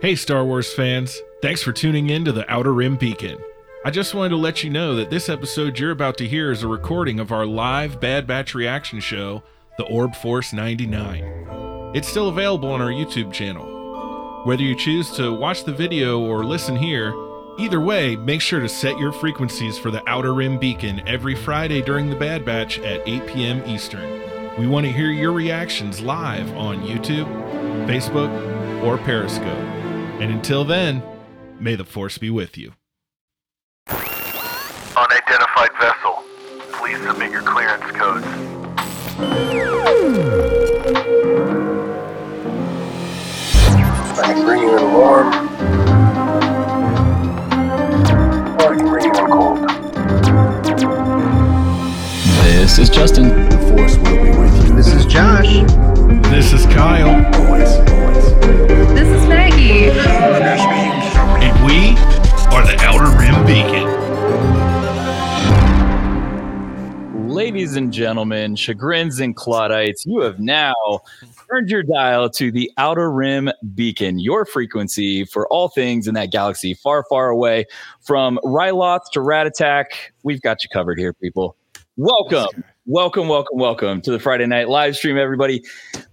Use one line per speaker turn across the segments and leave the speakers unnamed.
Hey, Star Wars fans. Thanks for tuning in to the Outer Rim Beacon. I just wanted to let you know that this episode you're about to hear is a recording of our live Bad Batch reaction show, The Orb Force 99. It's still available on our YouTube channel. Whether you choose to watch the video or listen here, either way, make sure to set your frequencies for the Outer Rim Beacon every Friday during the Bad Batch at 8 p.m. Eastern. We want to hear your reactions live on YouTube, Facebook, or Periscope. And until then, may the Force be with you.
Unidentified vessel. Please submit your clearance codes.
I can bring you in warm. Or I can bring you in cold.
This is Justin.
The force will be with you. This is Josh.
This is Kyle,
Always, always.
This is Maggie.
and we are the Outer Rim Beacon.
Ladies and gentlemen, chagrins and claudites, you have now turned your dial to the Outer Rim Beacon, your frequency for all things in that galaxy far, far away. From Ryloth to Rat Attack, we've got you covered here, people. Welcome, welcome, welcome, welcome to the Friday night live stream, everybody.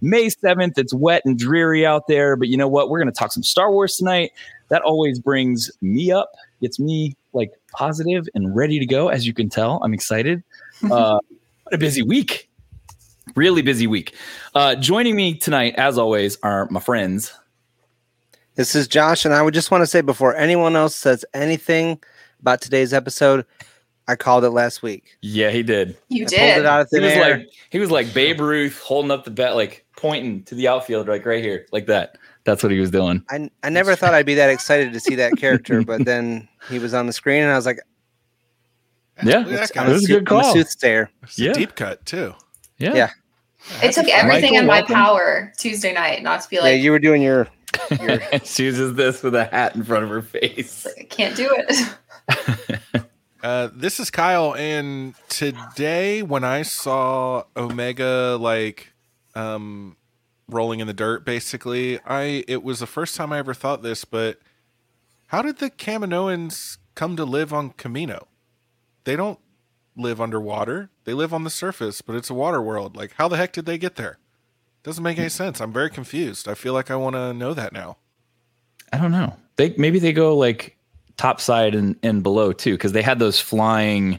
May 7th, it's wet and dreary out there, but you know what? We're going to talk some Star Wars tonight. That always brings me up, gets me like positive and ready to go. As you can tell, I'm excited. uh, what a busy week. Really busy week. Uh, joining me tonight, as always, are my friends.
This is Josh, and I would just want to say before anyone else says anything about today's episode, I called it last week.
Yeah, he did.
You
I pulled it out of
He
thin
was
air.
like he was like Babe Ruth holding up the bat, like pointing to the outfield, like right here, like that. That's what he was doing.
I, I never thought I'd be that excited to see that character, but then he was on the screen, and I was like,
Yeah,
Look at that
It
I'm
guy.
was a
soo-
good
I'm
call.
soothsayer.
It's a
Yeah.
deep cut too.
Yeah,
Yeah.
It took everything
Michael,
in my
welcome.
power Tuesday night not to be
Yeah,
like,
you were doing your.
she uses this with a hat in front of her face.
I can't do it.
Uh, this is Kyle, and today when I saw Omega like um, rolling in the dirt, basically, I it was the first time I ever thought this, but how did the Kaminoans come to live on Camino? They don't live underwater; they live on the surface, but it's a water world. Like, how the heck did they get there? Doesn't make any
Hmm.
sense. I'm very confused. I feel like I want to know that now.
I don't know. They maybe they go like top side and, and below too, because they had those flying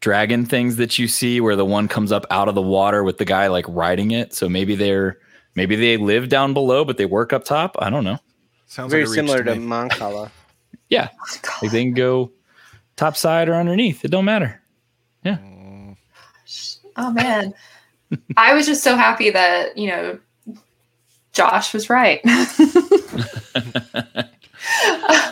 dragon things that you see where the one comes up out of the water with the guy like riding it. So maybe they're maybe they live down below, but they work up top. I don't know.
Sounds
Very
like a reach
similar to
me.
Moncala.
Yeah. Like they can go top side or underneath. It don't matter.
Oh man. I was just so happy that, you know, Josh was right.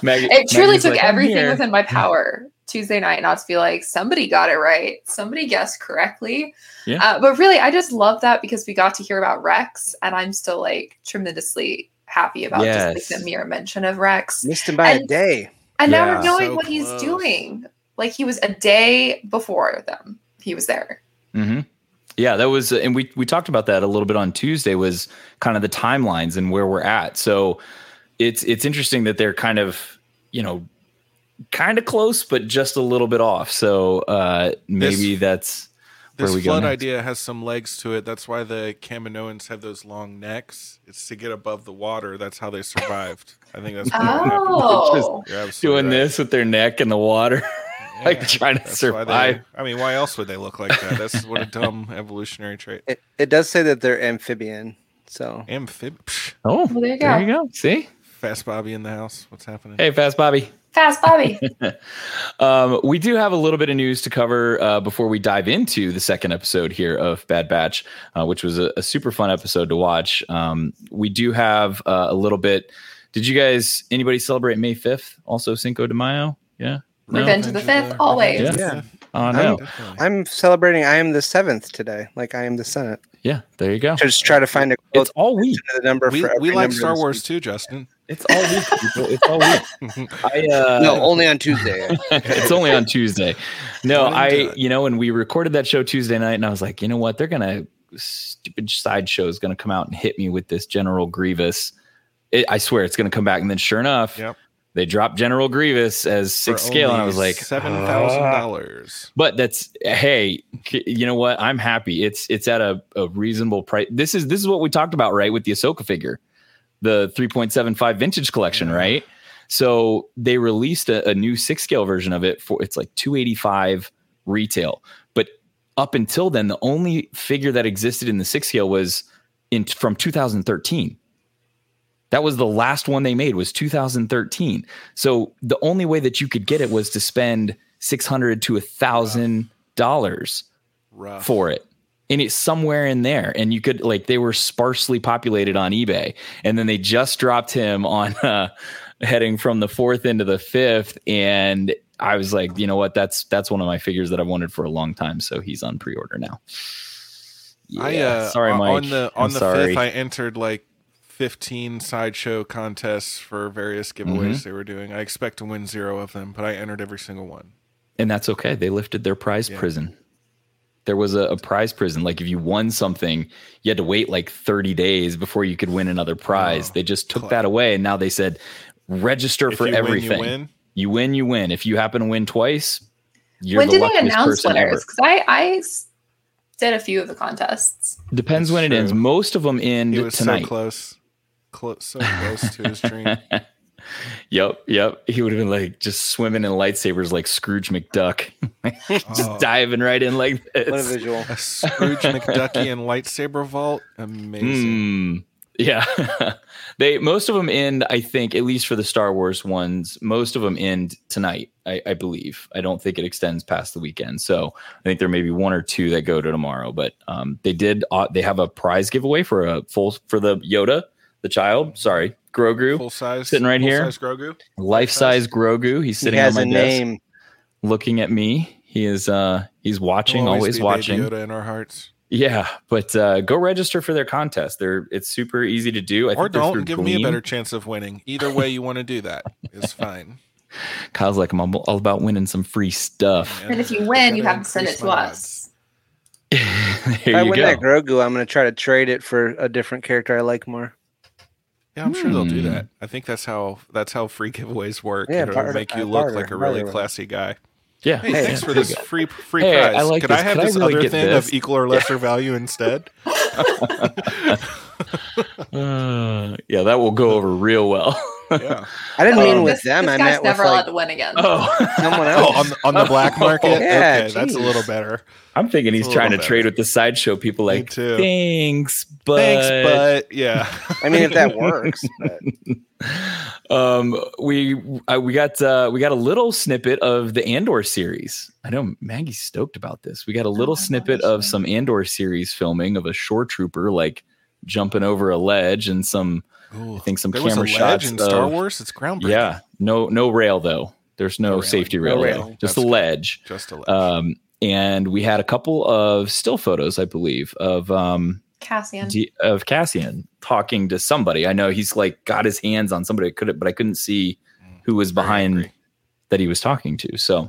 Maggie,
it truly
Maggie's
took
like, "I'm
everything
here."
within my power Tuesday night not to be like, somebody got it right. Somebody guessed correctly.
Yeah.
Uh, but really, I just love that because we got to hear about Rex, and I'm still like tremendously happy about just
Yes.
like the mere mention of Rex.
Missed him by a
And-
day.
And now
Yeah.
we're knowing
So
what he's
close.
doing. Like he was a day before them. He was there.
hmm Yeah, that was, and we we talked about that a little bit on Tuesday. Was kind of the timelines and where we're at. So it's it's interesting that they're kind of you know kind of close, but just a little bit off. So uh, maybe that's where
This
we go
flood
next.
idea has some legs to it. That's why the Kaminoans have those long necks. It's to get above the water. That's how they survived. I think that's what happened.
Oh,
You're absolutely
doing
right.
this with their neck in the water,
Yeah.
like trying to
That's why
survive.
they- I mean, why else would they look like that? That's what a dumb evolutionary trait.
It, it does say that they're amphibian, so
Amphib. Psh,
Oh,
Well, there
there
you go.
you go. See,
Fast Bobby in the house. What's happening?
hey, fast Bobby.
fast Bobby.
Um, we do have a little bit of news to cover uh, before we dive into the second episode here of Bad Batch, uh, which was a, a super fun episode to watch. Um, we do have uh, a little bit. Did you guys anybody celebrate May fifth? Also Cinco de Mayo? Yeah. No?
Revenge of the Fifth, always.
Yeah.
Yeah.
Oh no.
Definitely.
I'm celebrating. I am the seventh today. Like I am the Senate.
Yeah. There you go.
To just try to find a quote
Oh, It's all week.
to the number
We,
for every
we like
number
Star
this
Wars too, Justin.
It's all week. People. It's all week. I, uh,
week. No, only on Tuesday.
it's only on Tuesday. No,
One and
I,
done.
you know, when we recorded that show Tuesday night, and I was like, you know what? They're going to, stupid sideshow is going to come out and hit me with this General Grievous it, I swear it's going to come back. And then sure enough,
Yep.
they dropped General Grievous as
For
six scale, and I
only
was like,
seven thousand dollars.
but that's hey c- you know what i'm happy it's it's at a, a reasonable price this is this is what we talked about right with the ahsoka figure the 3.75 vintage collection right so they released a, a new six scale version of it for it's like 285 retail but up until then the only figure that existed in the six scale was in from 2013 that was the last one they made was 2013 so the only way that you could get it was to spend 600 to a thousand dollars
Rough.
for it and it's somewhere in there and you could like they were sparsely populated on ebay and then they just dropped him on uh heading from the fourth into the fifth and i was like you know what that's that's one of my figures that i've wanted for a long time so he's on pre-order now yeah
I, uh,
sorry
on-
mike
On the
I'm
on the
sorry.
fifth, I entered like fifteen sideshow contests for various giveaways
Mm-hmm.
they were doing. I expect to win zero of them, but I entered every single one.
and that's okay. They lifted their prize
Yeah.
prison. There was a, a prize prison. Like if you won something, you had to wait like 30 days before you could win another prize.
Oh,
they just took
clever.
that away, and now they said register
If
for
you win, you
everything.
win.
you win, you win. If you happen to win twice, you're
when
the
did they
luckiest
announce
person ever.
winners? Because I I s- did a few of the contests.
Depends when it
That's
ends.
true.
Most of them end
He was
tonight.
so close, close, so close to his dream.
Yep, yep. He would have been like just swimming in lightsabers like Scrooge McDuck, just
Oh.
diving right in like this.
What a visual.
A Scrooge McDucky and lightsaber vault, amazing.
Mm, yeah. they most of them end, I think, at least for the Star Wars ones, most of them end tonight, I, I believe. I don't think it extends past the weekend. So I think there may be one or two that go to tomorrow. But um, they did uh, they have a prize giveaway for a full for the Yoda, the child. Sorry, Grogu.
Full size,
Sitting right here.
Size Grogu.
Life size Grogu. He's
He
sitting
has a
on my desk
name.
looking at me. He is uh he's
He'll
watching, always
be
watching.
Baby Yoda in our hearts.
Yeah, but uh, go register for their contest. They're it's super easy to do. I
or
think they're
don't
through
give me a
Gleam.
better chance of winning. Either way you want to do that is fine.
Kyle's like, I'm all all about winning some free stuff.
Man,
And if you
I
win, you
gotta
have to send it
increase
to
my
us.
If
there
I
you
win
go.
that Grogu, I'm going to try to trade it for a different character I like more.
Yeah, I'm sure they'll do
Hmm.
that. I think that's how that's how free giveaways work.
Yeah,
It'll
barter-
make
uh,
you look
barter-
like a really
barter.
classy guy.
yeah.
Hey,
Hey,
thanks for
there
this
you go.
free free
Hey, I
prize.
like
Could
this.
I have
Could I
this
really
other
get
thing
this?
of equal or lesser value instead?
Uh, yeah, that will go over real well.
Yeah.
I didn't mean
Oh,
with
this-
them.
This
I
guy's
meant with
never allowed
like,
to win again.
oh,
someone
Oh,
else.
on the, on the black market.
Yeah,
okay, that's a
geez.
little better.
I'm thinking he's
It's a
trying to
little
trade
better.
with the sideshow people.
Me
Like,
too.
thanks, but
Thanks, but yeah.
I mean, if that works. but-
um, we I, we got uh, we got a little snippet of the Andor series. I know Maggie's stoked about this. We got a little
I know
snippet
she
of
is.
some Andor series filming of a shore trooper like jumping over a ledge and some I think some
there was a
camera
ledge
shots
in Star
of-
Wars. It's groundbreaking.
Yeah, no no rail though. There's no,
No railing.
safety
No
rail, there.
railing.
just
That's
a
good.
ledge.
just a ledge.
Um, and we had a couple of still photos, I believe, of um,
Cassian.
D- of Cassian talking to somebody. I know he's like got his hands on somebody, could it, but I couldn't see who was
Mm. Very
behind
angry.
that he was talking to. So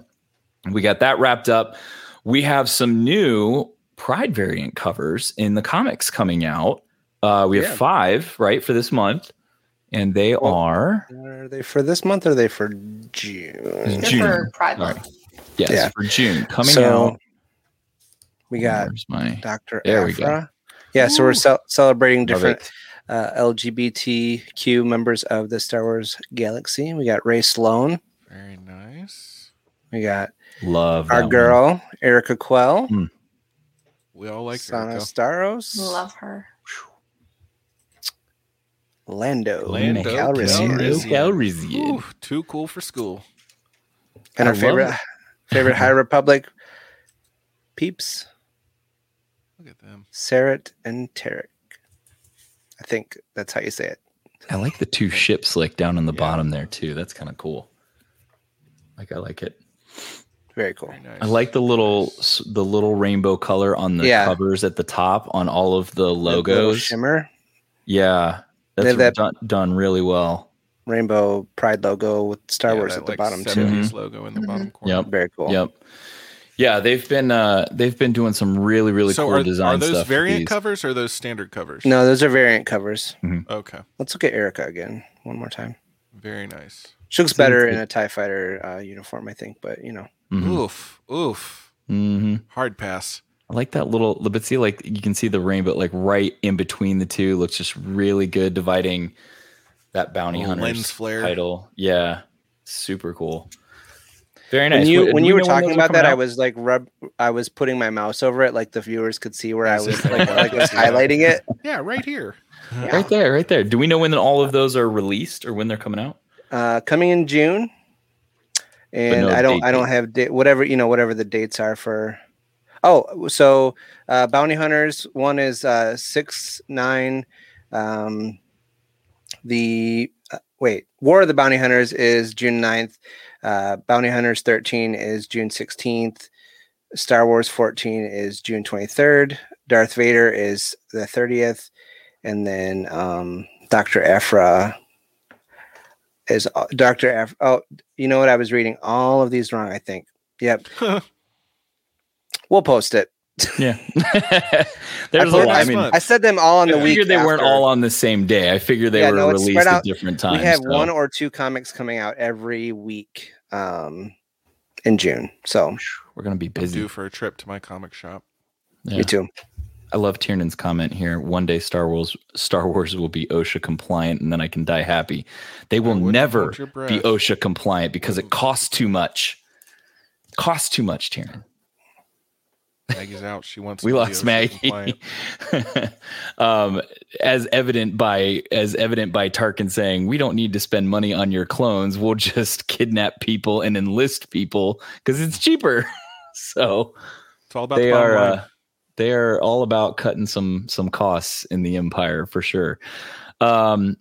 we got that wrapped up. We have some new Pride variant covers in the comics coming out. Uh, we have
Yeah.
five right for this month, and they
Well,
are.
Are they for this month or are they for June?
Good
June.
for Pride
All right.
Month.
Yes,
Yeah.
for June coming
So,
out.
We got
Where's my
Dr.
There we go.
Afra. Yeah, so we're cel- celebrating
Love
different
it.
uh, LGBTQ members of the Star Wars galaxy. We got Ray Sloan.
Very nice.
We got
Love that
our
one.
girl, Erica Quell.
We all like
Sana
Erica.
Staros.
Love her.
Lando.
Lando
Calrissian.
Calrissian.
Calrissian.
Ooh, too cool for school.
And
I
our
love
favorite,
it.
favorite High Republic peeps,
Look at them.
Sarat and Tarek. I think that's how you say it.
I like the two ships like down on the
Yeah.
bottom there too. That's kind of cool. Like I like it.
Very cool.
Very nice.
I like the little s- the little rainbow color on the
Yeah.
covers at the top on all of the
Rainbow
logos.
Shimmer.
Yeah, that's
They have that-
done, done really well.
Rainbow Pride logo with Star
Yeah,
Wars
that,
at the
like,
bottom, too.
70s logo in the bottom corner.
Mm-hmm. Yep.
Very cool.
Yep. Yeah, they've been uh they've been doing some really really
so
cool
are,
design
are those
stuff. for
variant
these.
covers or those standard covers?
No, those are variant covers.
Okay.
Let's look at Erica again one more time.
Very nice.
She looks
Seems
better
good.
in a Tie Fighter uh, uniform, I think. But you know,
Mhm.
Oof. Oof.
Mhm.
Hard pass.
I like that little the- but see like you can see the rain, but like right in between the two looks just really good, dividing that bounty
Little
hunter
lens flare.
title. Yeah, super cool. Very nice.
when you
Wait,
when
do we
you were
know those
talking
are
about
coming
that, I
out?
was like rub. I was putting my mouse over it, like the viewers could see where I
Yes, yes,
was like,
yes,
like was
yes, yes.
highlighting it.
Yeah, right here.
"Oh."
right there, right there. Do we know when all of those are released or when they're coming out?
Uh, coming in June, and
no
I don't
date
I don't
yet.
have date whatever you know whatever the dates are for. Oh, so uh, bounty hunters one is uh, six nine. Um, the uh, wait War of the Bounty Hunters is June 9th. Uh, Bounty Hunters thirteen is June sixteenth. Star Wars 14 is June 23rd. Darth Vader is the 30th. And then um, Dr. Ephra is Dr. Ephra. Oh, you know what? I was reading all of these wrong, I think. Yep. we'll post it.
Yeah, there's a
I,
lot. I
last
mean,
month.
I said them all in the
I
week.
figured they weren't
after.
all on the same day. I figured they
Yeah,
were
no, it's
released
spread
at
out.
different times.
We have
so-
one or two comics coming out every week um, in June. So
We're gonna be busy.
Due for a trip to my comic shop.
Yeah.
you too.
I love Tiernan's comment here. One day Star Wars Star Wars will be OSHA compliant and then I can die happy. They will
wouldn't
never
hold your breath.
be OSHA compliant because it costs too much. Costs too much, Tiernan.
Maggie's out. She wants.
We
to be
lost
OSHA
Maggie.
compliant.
um, as evident by as evident by Tarkin saying, "We don't need to spend money on your clones. We'll just kidnap people and enlist people because it's cheaper." so
It's all about
they
the bottom
are
line.
uh, they are all about cutting some some costs in the empire for sure. Um,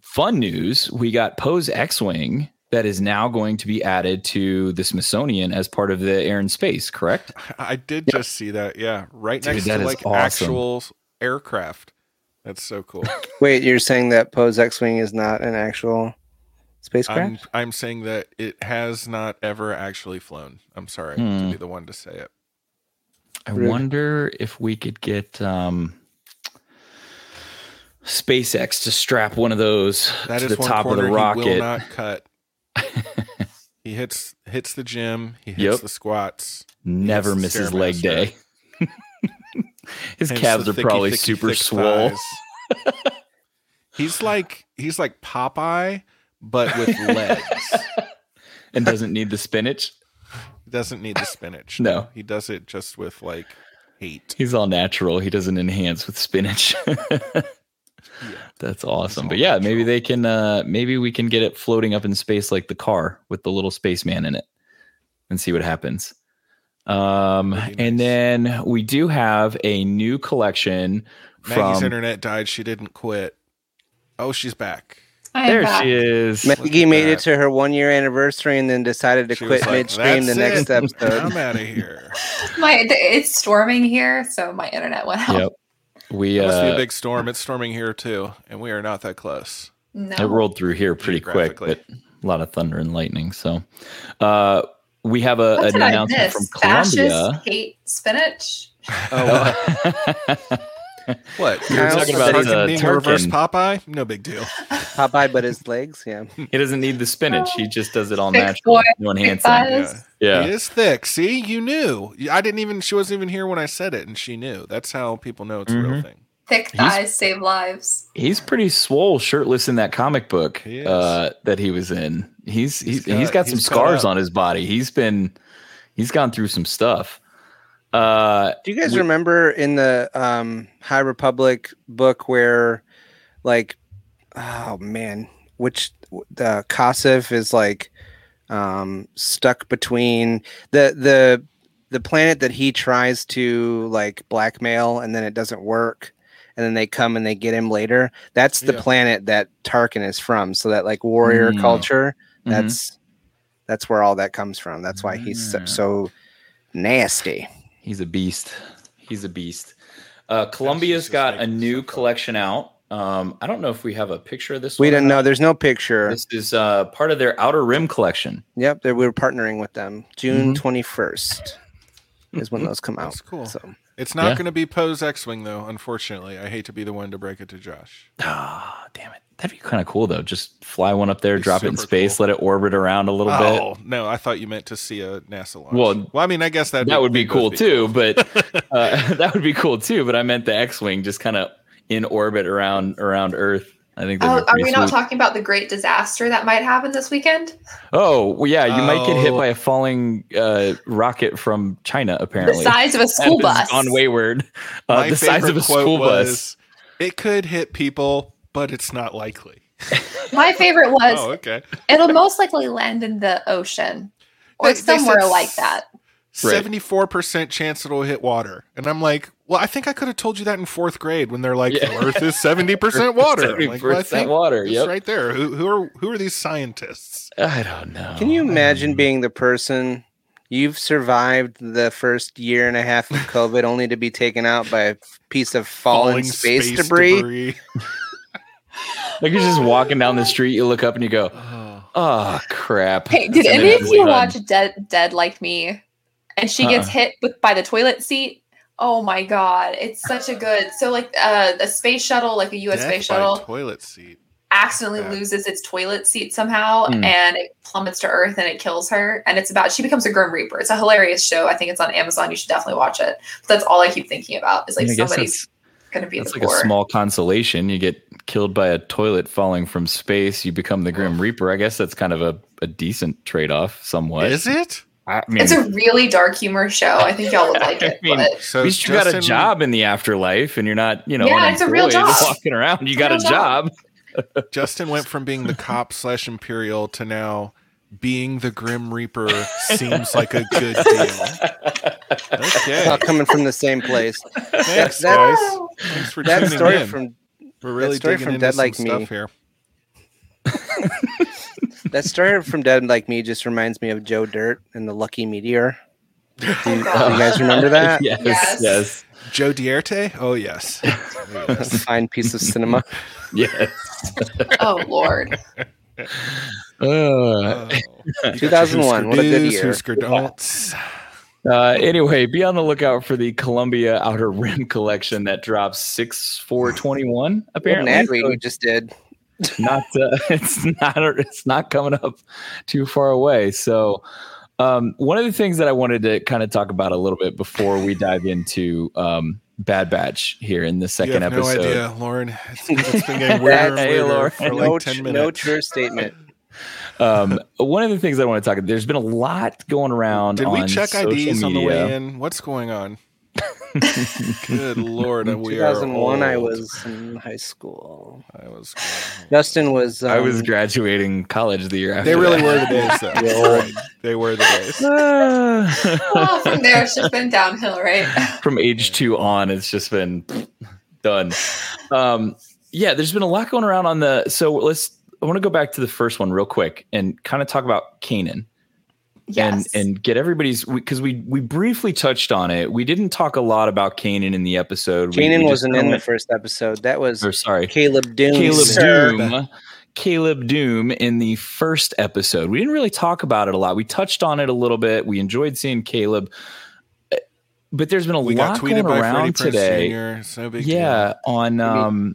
fun news: we got Poe's X-wing that is now going to be added to the Smithsonian as part of the Air and Space. Correct?
I did just see that. Yeah, right
uh,
next
Dude, that
to
is
like
awesome.
actual aircraft. That's so cool.
Wait, you're saying that Poe's X Wing is not an actual spacecraft?
I'm I'm saying that it has not ever actually flown. I'm sorry
Hmm.
to be the one to say it.
I
Really?
wonder if we could get. Um, SpaceX to strap one of those
That
to
is
the
one
top of
corner
the
he will
rocket.
not cut. he hits hits the gym. He hits
Yep.
the squats.
Never
Yes,
misses leg
Stairmaster.
day. His
hence
calves
the
are
thicky,
probably
thicky,
super
thick
swole.
thighs. he's like he's like Popeye, but with legs.
and doesn't need the spinach.
He doesn't need the spinach.
No.
he does it just with like hate.
He's all natural. He doesn't enhance with spinach. That's awesome.
all
But yeah, maybe
natural.
they can uh maybe we can get it floating up in space like the car with the little spaceman in it and see what happens. Um
That'd be
and
nice.
then we do have a new collection
Maggie's
from
internet died. She didn't quit. Oh, she's back.
I am
There
back.
she is.
Maggie
at
made it
that.
to her one year anniversary and then decided to
She was
quit
like,
midstream the
"That's it.
next episode.
Uh,
I'm out of here.
My th- it's storming here, so my internet went out.
Yep. We
It must be
uh
a big storm. It's storming here too, and we are not that close.
No.
It rolled through here pretty quick, but
Geographically.
a lot of thunder and lightning. So uh we have a,
What
an
did I
announcement
miss?
from Columbia.
Fascists hate spinach.
Oh, What?
You're talking about
Tarkin
the
being a reverse
Tarkin.
Popeye? No big deal.
Popeye, but his legs, yeah.
He doesn't need the spinach. He just does it all
Thick
natural.
boy,
no
Thick
enhancing.
thighs.
It
Yeah.
is thick. See, you knew. I didn't even. She wasn't even here when I said it, and she knew. That's how people know it's a real
Mhm.
thing.
Thick
He's-
thighs save lives.
He's pretty swole shirtless in that comic book
He is.
uh, that he was in. He's
He's
he's, he's,
cut-
got some
he's cut
scars
up.
on his body. He's been he's gone through some stuff. Uh
Do you guys
We-
remember in the um, High Republic book where, like, oh man, which the Kosif is like um, stuck between the the the planet that he tries to like blackmail and then it doesn't work and then they come and they get him later. That's the
Yeah.
planet that Tarkin is from. So that like warrior
Mm.
culture,
mhm.
that's that's where all that comes from. That's why he's so,
Mm.
so nasty.
He's a beast. He's a beast. Uh, Columbia's
just
got a
making
new
stuff up.
collection out. Um, I don't know if we have a picture of this. one
We
or
didn't
not.
know. There's no picture.
This is uh, part of their Outer Rim collection.
Yep, they, we were partnering with them June 21st. is when those come out.
That's cool.
So
It's not
Yeah.
going to be Poe's X-wing though, unfortunately. I hate to be the one to break it to Josh.
Ah, damn it. That'd be kind of cool though. Just fly one up there,
Be
drop it in
super
space,
cool.
let it orbit around a little
Oh no, I thought you meant to see a NASA launch.
Well,
well, I mean, I guess
bit.
that
That would be cool too, but uh, that would be cool too. But I meant the X-wing just kind of in orbit around around Earth. I think. that'd
Oh,
be
are
pretty
we not
sweet.
talking about the great disaster that might happen this weekend?
Oh, well, yeah, you might get hit
Oh.
by a falling uh, rocket from China. Apparently,
The size of a school bus.
on wayward. Uh,
My
the size
favorite
of a
quote
school bus.
was, It could hit people, but it's not likely.
My favorite was
Oh, okay.
it'll most likely land in the ocean or
They- they said
somewhere
s-
like that.
Seventy-four percent chance it'll hit water, and I'm like, well, I think I could have told you that in fourth grade when they're like,
Yeah.
the Earth is seventy percent water. I'm like, well, I
70%
think
water.
it's
Yep.
right there. Who, who are who are these scientists?
I don't know.
Can you
I don't
imagine
know.
being the person you've survived the first year and a half of COVID only to be taken out by a piece of fallen space, debris?
like you're just walking down the street? You look up and you go, "Oh crap!"
Hey,
And
did
then
any of
it's
you
done.
watch Dead Dead Like Me? And she gets
Uh-uh.
hit with by the toilet seat. Oh my god, it's such a good. So like uh, a space shuttle, like a U.S.
Death
space
by
shuttle,
toilet seat.
accidentally
Yeah.
loses its toilet seat somehow,
Hmm.
and it plummets to Earth, and it kills her. And it's about she becomes a grim reaper. It's a hilarious show. I think it's on Amazon. You should definitely watch it. But that's all I keep thinking about is like
I guess
somebody's gonna be
That's
the
like a
core.
small consolation. You get killed by a toilet falling from space. You become the Grim Reaper. I guess that's kind of a, a decent trade off, somewhat.
Is it?
I mean,
It's a really dark humor show. I think y'all would like
I
it.
mean,
but
So
at least you got a
Justin-
job in the afterlife, and you're not, you know,
Yeah, it's a real
unemployed
job.
walking around. You
It's a
got a
real job.
job.
Justin went from being the cop slash imperial to now being the grim reaper seems like a good deal.
All
Okay,
coming from the same place.
thanks
that-
guys.
oh,
Thanks for
That
tuning
story
in.
from
We're really
story
digging
from
into
Dead
some
Like
stuff
Me.
here.
that story from Dead Like Me just reminds me of Joe Dirt and the Lucky Meteor. Do you, do you guys remember that?
yes,
oh, Yes.
yes, yes.
Joe Dierte? Oh yes. Oh,
That's
yes.
Uh,
a fine piece of cinema.
oh lord.
Uh,
Oh. You got your
2001,
Husker
what a good
do's,
year.
Husker don'ts.
Uh, anyway, be on the lookout for the Columbia Outer Rim collection that drops six four twenty one.
What an
Apparently,
ad read
So
we just did.
it's not uh, it's not it's not coming up too far away. So, um, one of the things that I wanted to kind of talk about a little bit before we dive into um, Bad Batch here in the
you
second
have
episode.
no idea, Lauren. It's, it's been getting weirder and
Hey,
weirder
Lauren.
for like
no,
ten
tr- no
minutes.
true statement.
um, one of the things I want to talk about, there's been a lot going around.
Did we
on
check
social
IDs on the
media.
way in? What's going on? Good lord,
In
we
2001,
are
I
old.
was in high school.
I was.
Justin was. Um,
I was graduating college the year after.
They really
that.
were the days, though. You're right. They were the days.
Ah.
Well, Oh, from there it's just been downhill, right?
From age two on, it's just been done. Um, yeah, there's been a lot going around on the. So let's. I want to go back to the first one real quick and kind of talk about Canaan.
Yes.
and and get everybody's because we, we briefly touched on it. We didn't talk a lot about Canaan in the episode. We-
Kanan
we just
wasn't
kinda
in the
went-
first episode. That was
Or sorry,
Caleb Doom.
Caleb
sir.
Doom. Caleb Doom in the first episode. We didn't really talk about it a lot. We touched on it a little bit. We enjoyed seeing Caleb, Uh, but there's been a
We
lot
got tweeted
going
by Freddie
around
Prinze
today.
Jr. It's no big Oh,
Yeah, on um,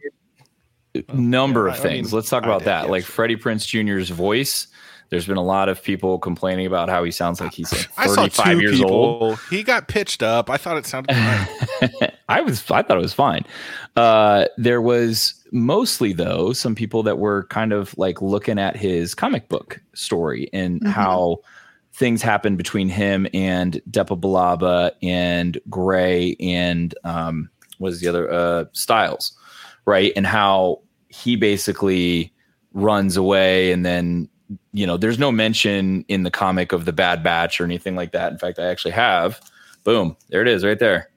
number
yeah,
of
I- I
things.
mean,
Let's talk
I
about
did,
that.
yeah,
like
sure.
Freddie Prince Jr.'s voice. There's been a lot of people complaining about how he sounds like he's like
deal. I saw
35
two
years
people.
old.
He got pitched up. I thought it sounded. fine.
I was I thought it was fine. Uh, there was mostly though some people that were kind of like looking at his comic book story and
Mhm.
how things happened between him and Depa Balaba and Gray and um, what is the other uh, Styles, right? And how he basically runs away and then you know there's no mention in the comic of the Bad Batch or anything like that. In fact, I actually have. Boom, there it is, right there.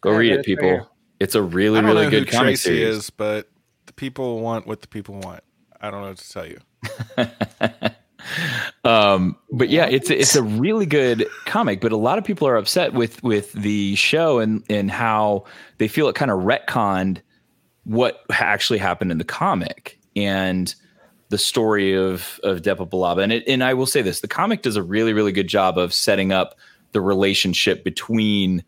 Go
Yeah,
read
right
it,
there.
people. It's a
I
really,
don't
really
know
good
who
comic
Tracy
series.
is, but the people want what the people want. I don't know what to tell you.
um, but yeah, it's a, it's a really good comic. But a lot of people are upset with with the show and and how they feel it kind of retconned what ha- actually happened in the comic and the story of of Depa Balaba. And it, and I will say this: the comic does a really, really good job of setting up the relationship between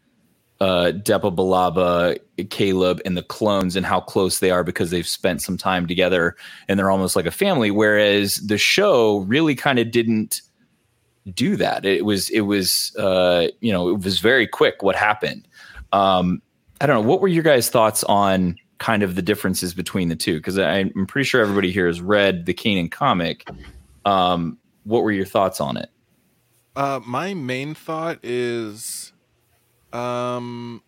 uh, Depa Balaba, Caleb, and the clones and how close they are because they've spent some time together and they're almost like a family. Whereas the show really kind of didn't do that. It was it was uh, you know it was very quick what happened. Um, I don't know. What were your guys' thoughts on kind of the differences between the two? Because I'm pretty sure everybody here has read the Kanan comic. Um, what were your thoughts on it?
Uh, my main thought is, um,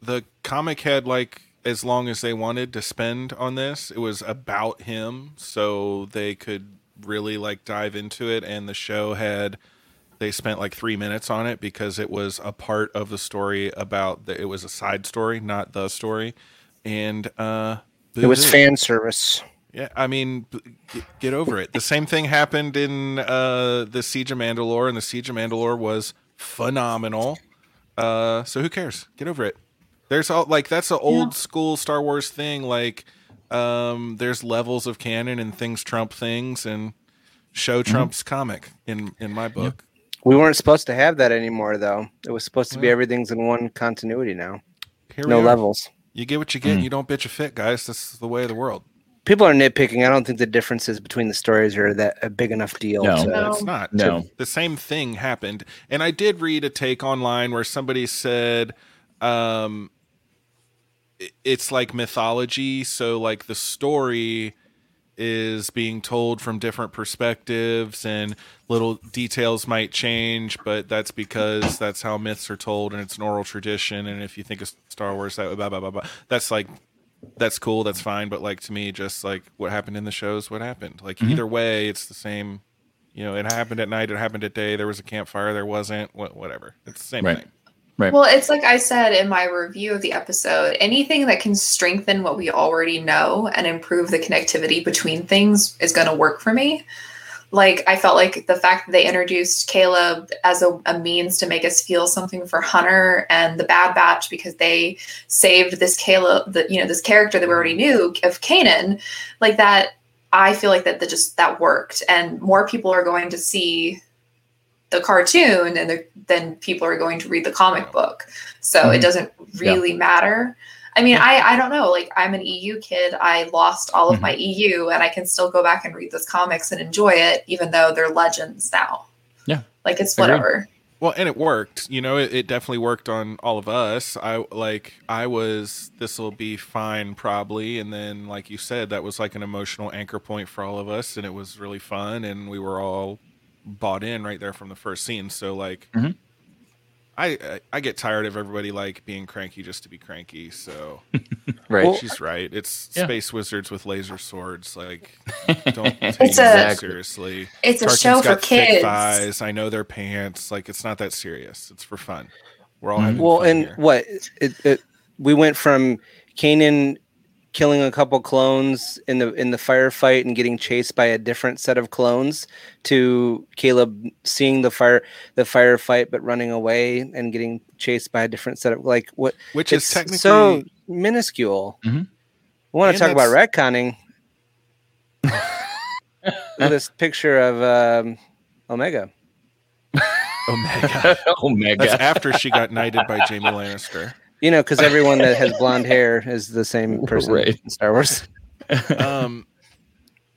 the comic had like as long as they wanted to spend on this. It was about him, so they could really like dive into it. And the show had they spent like three minutes on it because it was a part of the story about the, it was a side story, not the story. And uh,
It was fan service.
yeah, I mean, b- g- get over it. The same thing happened in uh, the Siege of Mandalore, and the Siege of Mandalore was phenomenal. Uh, so who cares? Get over it. There's all like that's an old school Star Wars thing. Like, um, there's levels of canon and things trump things, and show trumps comic in in my book.
We weren't supposed to have that anymore, though. It was supposed to be
Yeah.
everything's in one continuity now.
Here
no
we are.
levels.
You get what you get. and You don't bitch a fit, guys. This is the way of the world.
People are nitpicking. I don't think the differences between the stories are that a big enough deal.
No.
to-
No.
It's not.
No.
The same thing happened. And I did read a take online where somebody said um i- it's like mythology, so like the story is being told from different perspectives and little details might change, but that's because that's how myths are told and it's an oral tradition and if you think of Star Wars that blah blah blah blah. That's like that's cool, that's fine, but like to me just like what happened in the show is what happened. Like either way it's the same you know, it happened at night. It happened at day. There was a campfire. There wasn't. wha- Whatever. It's the same
Right.
thing.
Right.
Well, it's like I said in my review of the episode anything that can strengthen what we already know and improve the connectivity between things is going to work for me. Like, I felt like the fact that they introduced Caleb as a, a means to make us feel something for Hunter and the Bad Batch because they saved this Caleb, the, you know, this character that we already knew of Kanan, like that. I feel like that, that just that worked, and more people are going to see the cartoon and the, then people are going to read the comic book so it
Mm-hmm.
Mhm.
doesn't really matter i mean i i don't know like i'm an eu kid i lost all
Mm-hmm.
of my eu and i can still go back and read those comics and enjoy it even though they're legends now
Yeah.
like it's
Agreed.
whatever
Well, and it worked. You know, it, it definitely worked on all of us. I like. I was. This will be fine, probably. And then, like you said, that was like an emotional anchor point for all of us, and it was really fun, and we were all bought in right there from the first scene. So, like.
Mhm.
I, I I get tired of everybody like being cranky just to be cranky. So
Right.
Well-
she's right. It's
Yeah.
space wizards with laser swords. Like don't take
It's
it
a-
seriously.
it's a
Tarkin's
show for
got thick
kids
Thighs. I know their pants. Like it's not that serious. It's for fun. We're all
Mhm.
having
Well,
fun
and
here.
what it, it, we went from Kanan killing a couple clones in the in the firefight and getting chased by a different set of clones to Caleb seeing the fire the firefight but running away and getting chased by a different set of like what
which is
it's
technically Mm-hmm.
so minuscule.
Mhm.
We want
And
to talk about retconning. this picture of um, Omega.
Omega.
Oh
That's
Omega.
after she got knighted by Jamie Lannister.
You know, because everyone that has blonde hair is the same person
Right.
in Star Wars.
Um,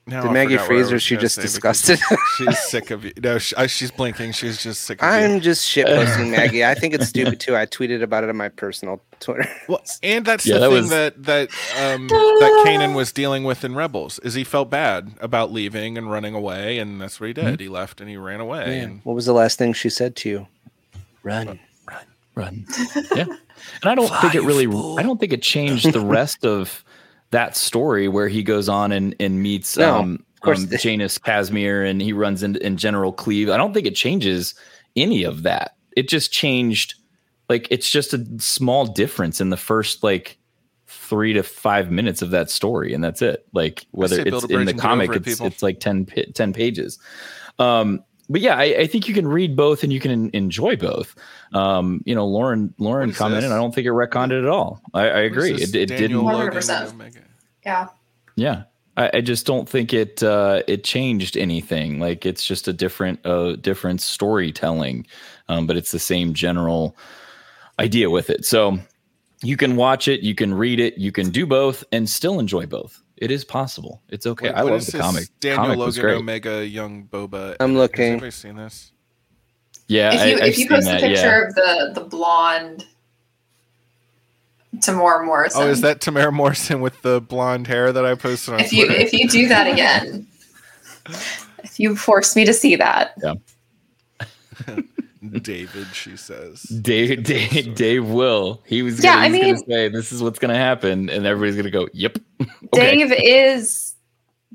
now
Did
Oh, I forgot
Maggie
what I
Fraser?
was
She
gonna
just
say because
disgusted.
She's sick of you. No, she, I, she's blinking. She's just sick of you.
I'm just shitposting Maggie. I think it's stupid too. I tweeted about it on my personal Twitter.
Well, and that's the
Yeah, that
thing
was-
that that um, that Kanan was dealing with in Rebels is he felt bad about leaving and running away, and that's what he did.
Mm-hmm.
He left and he ran away. And
What was the last thing she said to you? Run.
Run. Yeah. And I don't think it really. I don't think it changed the rest of that story where he goes on and and meets
No,
um,
of course
um,
it-
Janus Casimir and he runs into in General Cleve. I don't think it changes any of that. It just changed. Like it's just a small difference in the first like three to five minutes of that story, and that's it. Like whether
say build
it's
a bridge
in the
and get
comic,
over it,
it's,
people.
it's like 10, pa- 10 pages. Um, but yeah, I, I think you can read both and you can en- enjoy both. Um, you know, Lauren Lauren
What is
commented.
this?
I don't think it retconned it at all. I, I
What is
agree.
this
It, it
Daniel
didn't.
Logan and
100%.
Omega?
yeah
Yeah, I, I just don't think it uh, it changed anything. Like it's just a different uh, different storytelling, um, but it's the same general idea with it. So you can watch it, you can read it, you can do both, and still enjoy both. It is possible. It's okay.
What-
I
what
love
is
the
this
comic.
Daniel
comic was
Logan
great.
Omega Young Boba.
I'm
Has
looking.
anybody seen this?
Yeah,
if you
I, I've
if
seen
you post
that.
a
yeah.
picture of the the blonde Tamora Morrison.
Oh, is that Tamara Morrison with the blonde hair that I posted on
if you
Twitter?
if you do that again, if you force me to see that,
David, she says.
Dave, Dave, Dave will. He was
Yeah,
gonna,
I
he's gonna
mean-
say this is what's gonna happen, and everybody's gonna go, Yep.
Dave is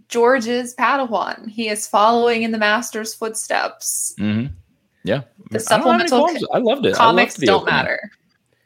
George's Padawan. He is following in the master's footsteps.
hmm Yeah.
The
I don't have any
supplemental
qualms. I loved it. I
Comics
loved the
don't
opening.
matter.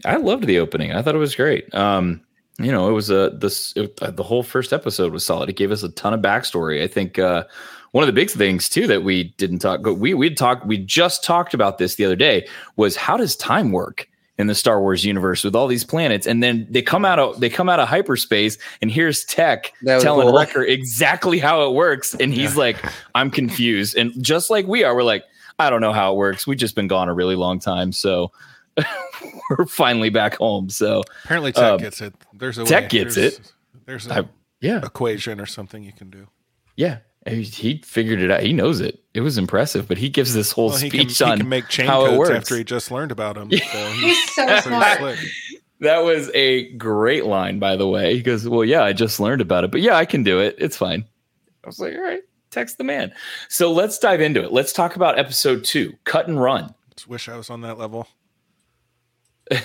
I loved the opening. I thought it was great. Um, you know, it was a this it, uh, the whole first episode was solid. It gave us a ton of backstory. I think uh, one of the big things too that we didn't talk. We we talked. We just talked about this the other day. Was how does time work in the Star Wars universe with all these planets? And then they come out of they come out of hyperspace, and here's Tech
That was
telling
cool.
Wrecker exactly how it works, and he's like, "I'm confused," and just like we are, we're like. I don't know how it works. We've just been gone a really long time, so we're finally back home. So
Apparently, Tech
Um,
gets it. There's a
Tech
way.
gets
There's-
it.
There's
I-
an
yeah,
equation or something you can do.
yeah, he, he figured it out. He knows it. It was impressive, but he gives this whole
he can,
speech
he
on
can make chain
how it
codes
works.
after he just learned about them. So he's
He's so
pretty
smart.
slick.
that was a great line, by the way. He goes, "Well, yeah, I just learned about it, but yeah, I can do it. It's fine." I was like, "All right." Text the man. So let's dive into it. Let's talk about episode two, cut and run.
Just wish I was on that level.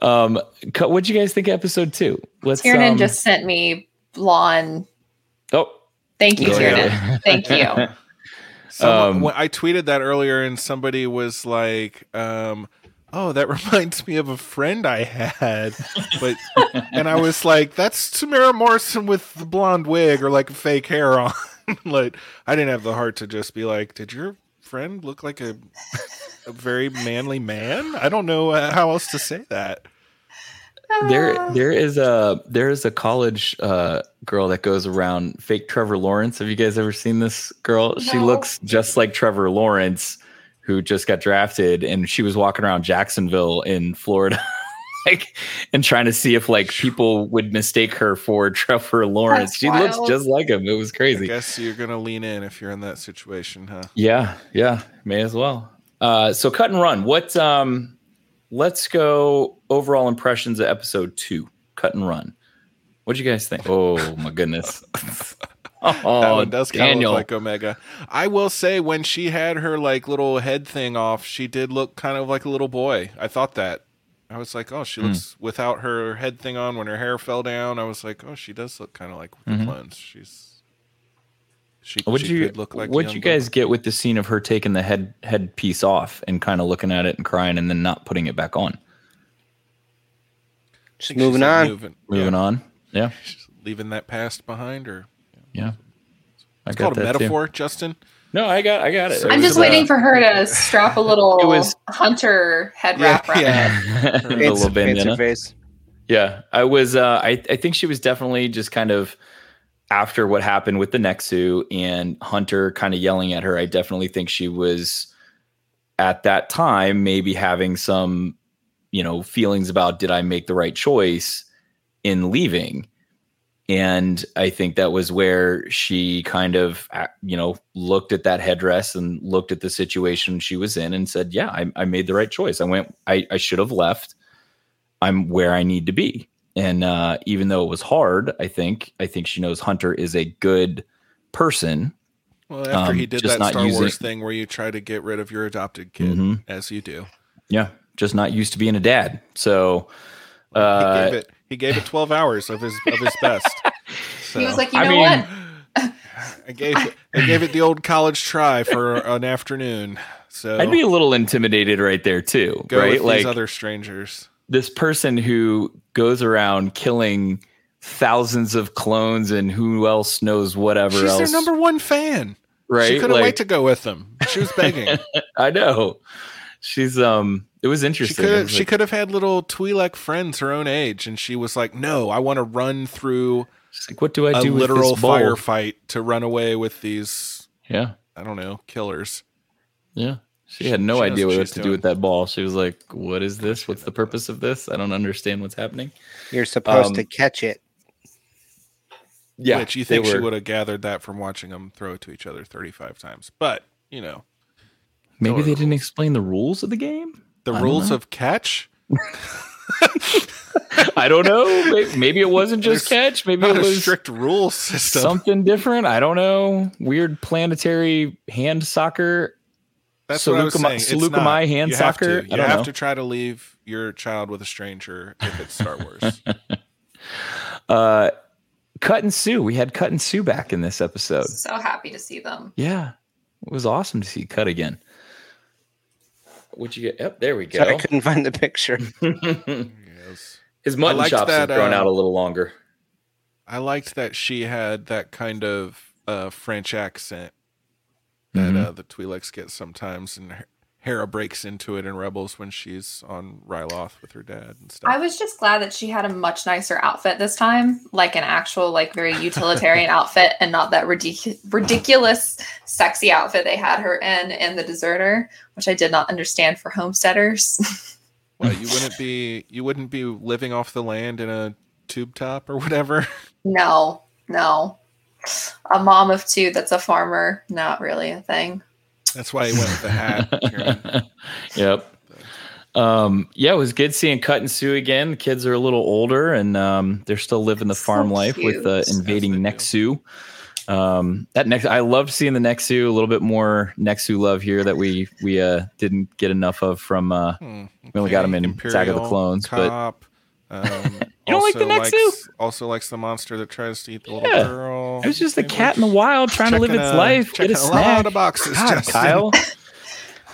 um, cut. What'd you guys think of episode two? Let's.
Tiernan
um,
just sent me blonde.
Oh,
Thank you,
go
Tiernan.
Tiernan.
ahead.
Thank you.
Someone,
Um,
when I tweeted that earlier, and somebody was like, um, "Oh, that reminds me of a friend I had," but and I was like, "That's Tamara Morrison with the blonde wig or like fake hair on." like, I didn't have the heart to just be like, "Did your friend look like a a very manly man?" I don't know uh, how else to say that.
there there is a there is a college uh, girl that goes around fake Trevor Lawrence. Have you guys ever seen this girl? She
No.
looks just like Trevor Lawrence, who just got drafted, and she was walking around Jacksonville in Florida. Like and trying to see if like people would mistake her for Trevor Lawrence.
That's
she looks
wild.
just like him. It was
I
crazy.
guess you're gonna lean in if you're in that situation, huh?
Yeah, yeah, may as well. Uh, so cut and run. What? Um, let's go overall impressions of episode two. Cut and run. What do you guys think? Oh my goodness.
that
oh,
one does kind of
Daniel.
look like Omega. I will say when she had her like little head thing off, she did look kind of like a little boy. I thought that. I was like, oh, she
Hmm.
looks without her head thing on when her hair fell down. I was like, oh, she does look kind of like the clones. She's she.
Mm-hmm. What'd
she
you
could look like
what'd
young
you guys
Boba.
get with the scene of her taking the head headpiece off and kind of looking at it and crying and then not putting it back on?
I
Just
think she
moving
said
on.
moving,
Moving
yeah.
on. Yeah,
She's leaving that past behind, or
yeah. I
it's called a
that too.
metaphor, Justin.
No, I got I got it. uh,
I'm
I'm
was
just
about-
waiting for her to strap a little
It was-
hunter head
Yeah,
wrap around.
yeah.
for
Paints, paints her face.
Yeah, I was. Uh, I I think she was definitely just kind of after what happened with the Nexu and Hunter kind of yelling at her. I definitely think she was at that time maybe having some, you know, feelings about did I make the right choice in leaving. And I think that was where she kind of, uh, you know, looked at that headdress and looked at the situation she was in and said, "Yeah, I, I made the right choice. I went. I, I should have left. I'm where I need to be. And uh, even though it was hard, I think I think she knows Hunter is a good person.
Well, after
Um,
he did
just
that
not
Star
using-
Wars thing where you try to get rid of your adopted kid,
Mhm.
as you do,
Yeah, just not used to being a dad. So uh,
he gave it. He gave it twelve hours of his of his best. So.
He was like, you
I
know
mean-
what?
I gave I gave it the old college try for an afternoon. So
I'd be a little intimidated right there too,
go
right?
with
Like
these other strangers.
this person who goes around killing thousands of clones and who else knows whatever
She's
else,
their number one fan.
right?
She couldn't
like,
wait to go with them. She was begging.
I know she's um. It was
she
interesting.
could
I
have
was
she
like,
could have had little Twi'lek friends her own age, and she was like, "No, I want to run through
It's like, what do I
a
do with
literal
this bowl?
firefight to run away with these
Yeah,
I don't know killers.
yeah. She
She-
had no
she knows
idea
what
what
she's
to do
doing.
with that ball. She was like, "What is this? What's the purpose of this? I don't understand what's happening."
You're supposed
Um,
to catch it.
Yeah,
which you
they
think she
were-
would have gathered that from watching them throw it to each other 35 times. But you know
Maybe they
Totally.
didn't explain the rules of the game.
the
I don't
rules
know.
of catch.
I don't know. Maybe, maybe it wasn't just catch. Maybe
Not
it
a
was
strict rule system.
something different. I don't know. Weird planetary hand soccer.
That's what I was
Salukamai-
saying. It's not.
Salukamai hand
you have
soccer?
To,
I
you
don't
have
know.
to try to leave your child with a stranger if it's Star Wars.
Uh, cut and sue. We had cut and sue back in this episode.
So happy to see them.
Yeah, it was awesome to see cut again. What'd you get? Yep, there we go.
Sorry, I couldn't find the picture.
yes.
His mutton
I liked
chops have
that,
grown
uh,
out a little longer.
I liked that she had that kind of uh, French accent that
Mhm.
uh, the Twi'leks get sometimes, and Her- Hera breaks into it in Rebels when she's on Ryloth with her dad and stuff.
I was just glad that she had a much nicer outfit this time, like an actual, like very utilitarian outfit, and not that ridic- ridiculous, sexy outfit they had her in in the Deserter, which I did not understand for homesteaders.
Well, you wouldn't be you wouldn't be living off the land in a tube top or whatever.
no, no, a mom of two that's a farmer, not really a thing.
That's why he went with the hat. Karen.
yep. Um, yeah, it was good seeing Cut and Sue again. The kids are a little older and um, they're still living the
So
farm life with uh,
cute.
invading
Yes,
Nexu. Um, that next, I loved seeing the Nexu a little bit more Nexu love here that we we uh, didn't get enough of from. Uh,
Hmm,
We only got him in
Imperial
Attack of the Clones, but-
Cop, um,
You don't like
also
the Nexu?
likes- Also likes the monster that tries to eat the little
Yeah.
girl.
it was just a
Maybe
cat in the wild trying to live
checking
its
a-
life. Get
checking
a
a lot
snack.
of boxes.
God,
Justin.
Kyle.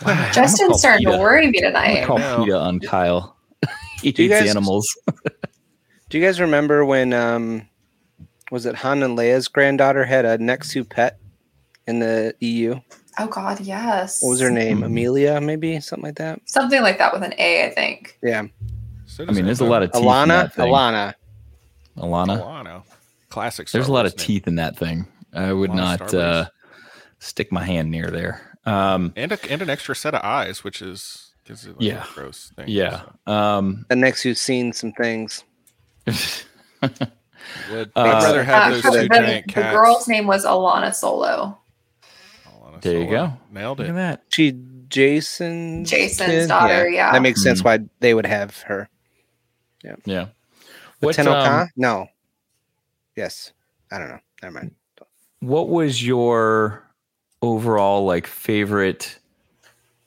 Wow, I'm
Justin's
gonna call
starting to
PETA.
worry me
I'm
tonight.
gonna
I
Call
know.
PETA on Kyle. He hates
you guys-
animals.
Do you guys remember when um was it Han and Leia's granddaughter had a Nexu pet in the EU?
Oh God, yes.
What was her name?
Mhm.
Amelia, maybe something like that.
Something like that with an A, I think.
Yeah,
So
I
does
mean, there's a
Alana.
lot of teeth In
Alana.
that thing.
Alana.
Alana.
Alana. Classic. Star
There's a lot
Wars
of
name.
teeth in that thing. I would
Lot of
not
Star Wars.
uh, stick my hand near there. Um,
and a, and an extra set of eyes, which is gives it like
Yeah.
a gross thing.
yeah.
so.
Um,
The Nexu's seen some things.
Would-
Uh,
I'd rather
Uh,
have those
the,
two giant
the
cats.
girl's name was Alana Solo.
Alana
There you
Solo.
go.
Nailed
look at
it.
that.
She Jason.
Jason's daughter, yeah.
that makes sense
Hmm.
Mhm.
why they would have her.
Yeah.
The oh
What,
Tenno
um,
Khan? No. Yes. I don't know. Never mind.
what was your overall like favorite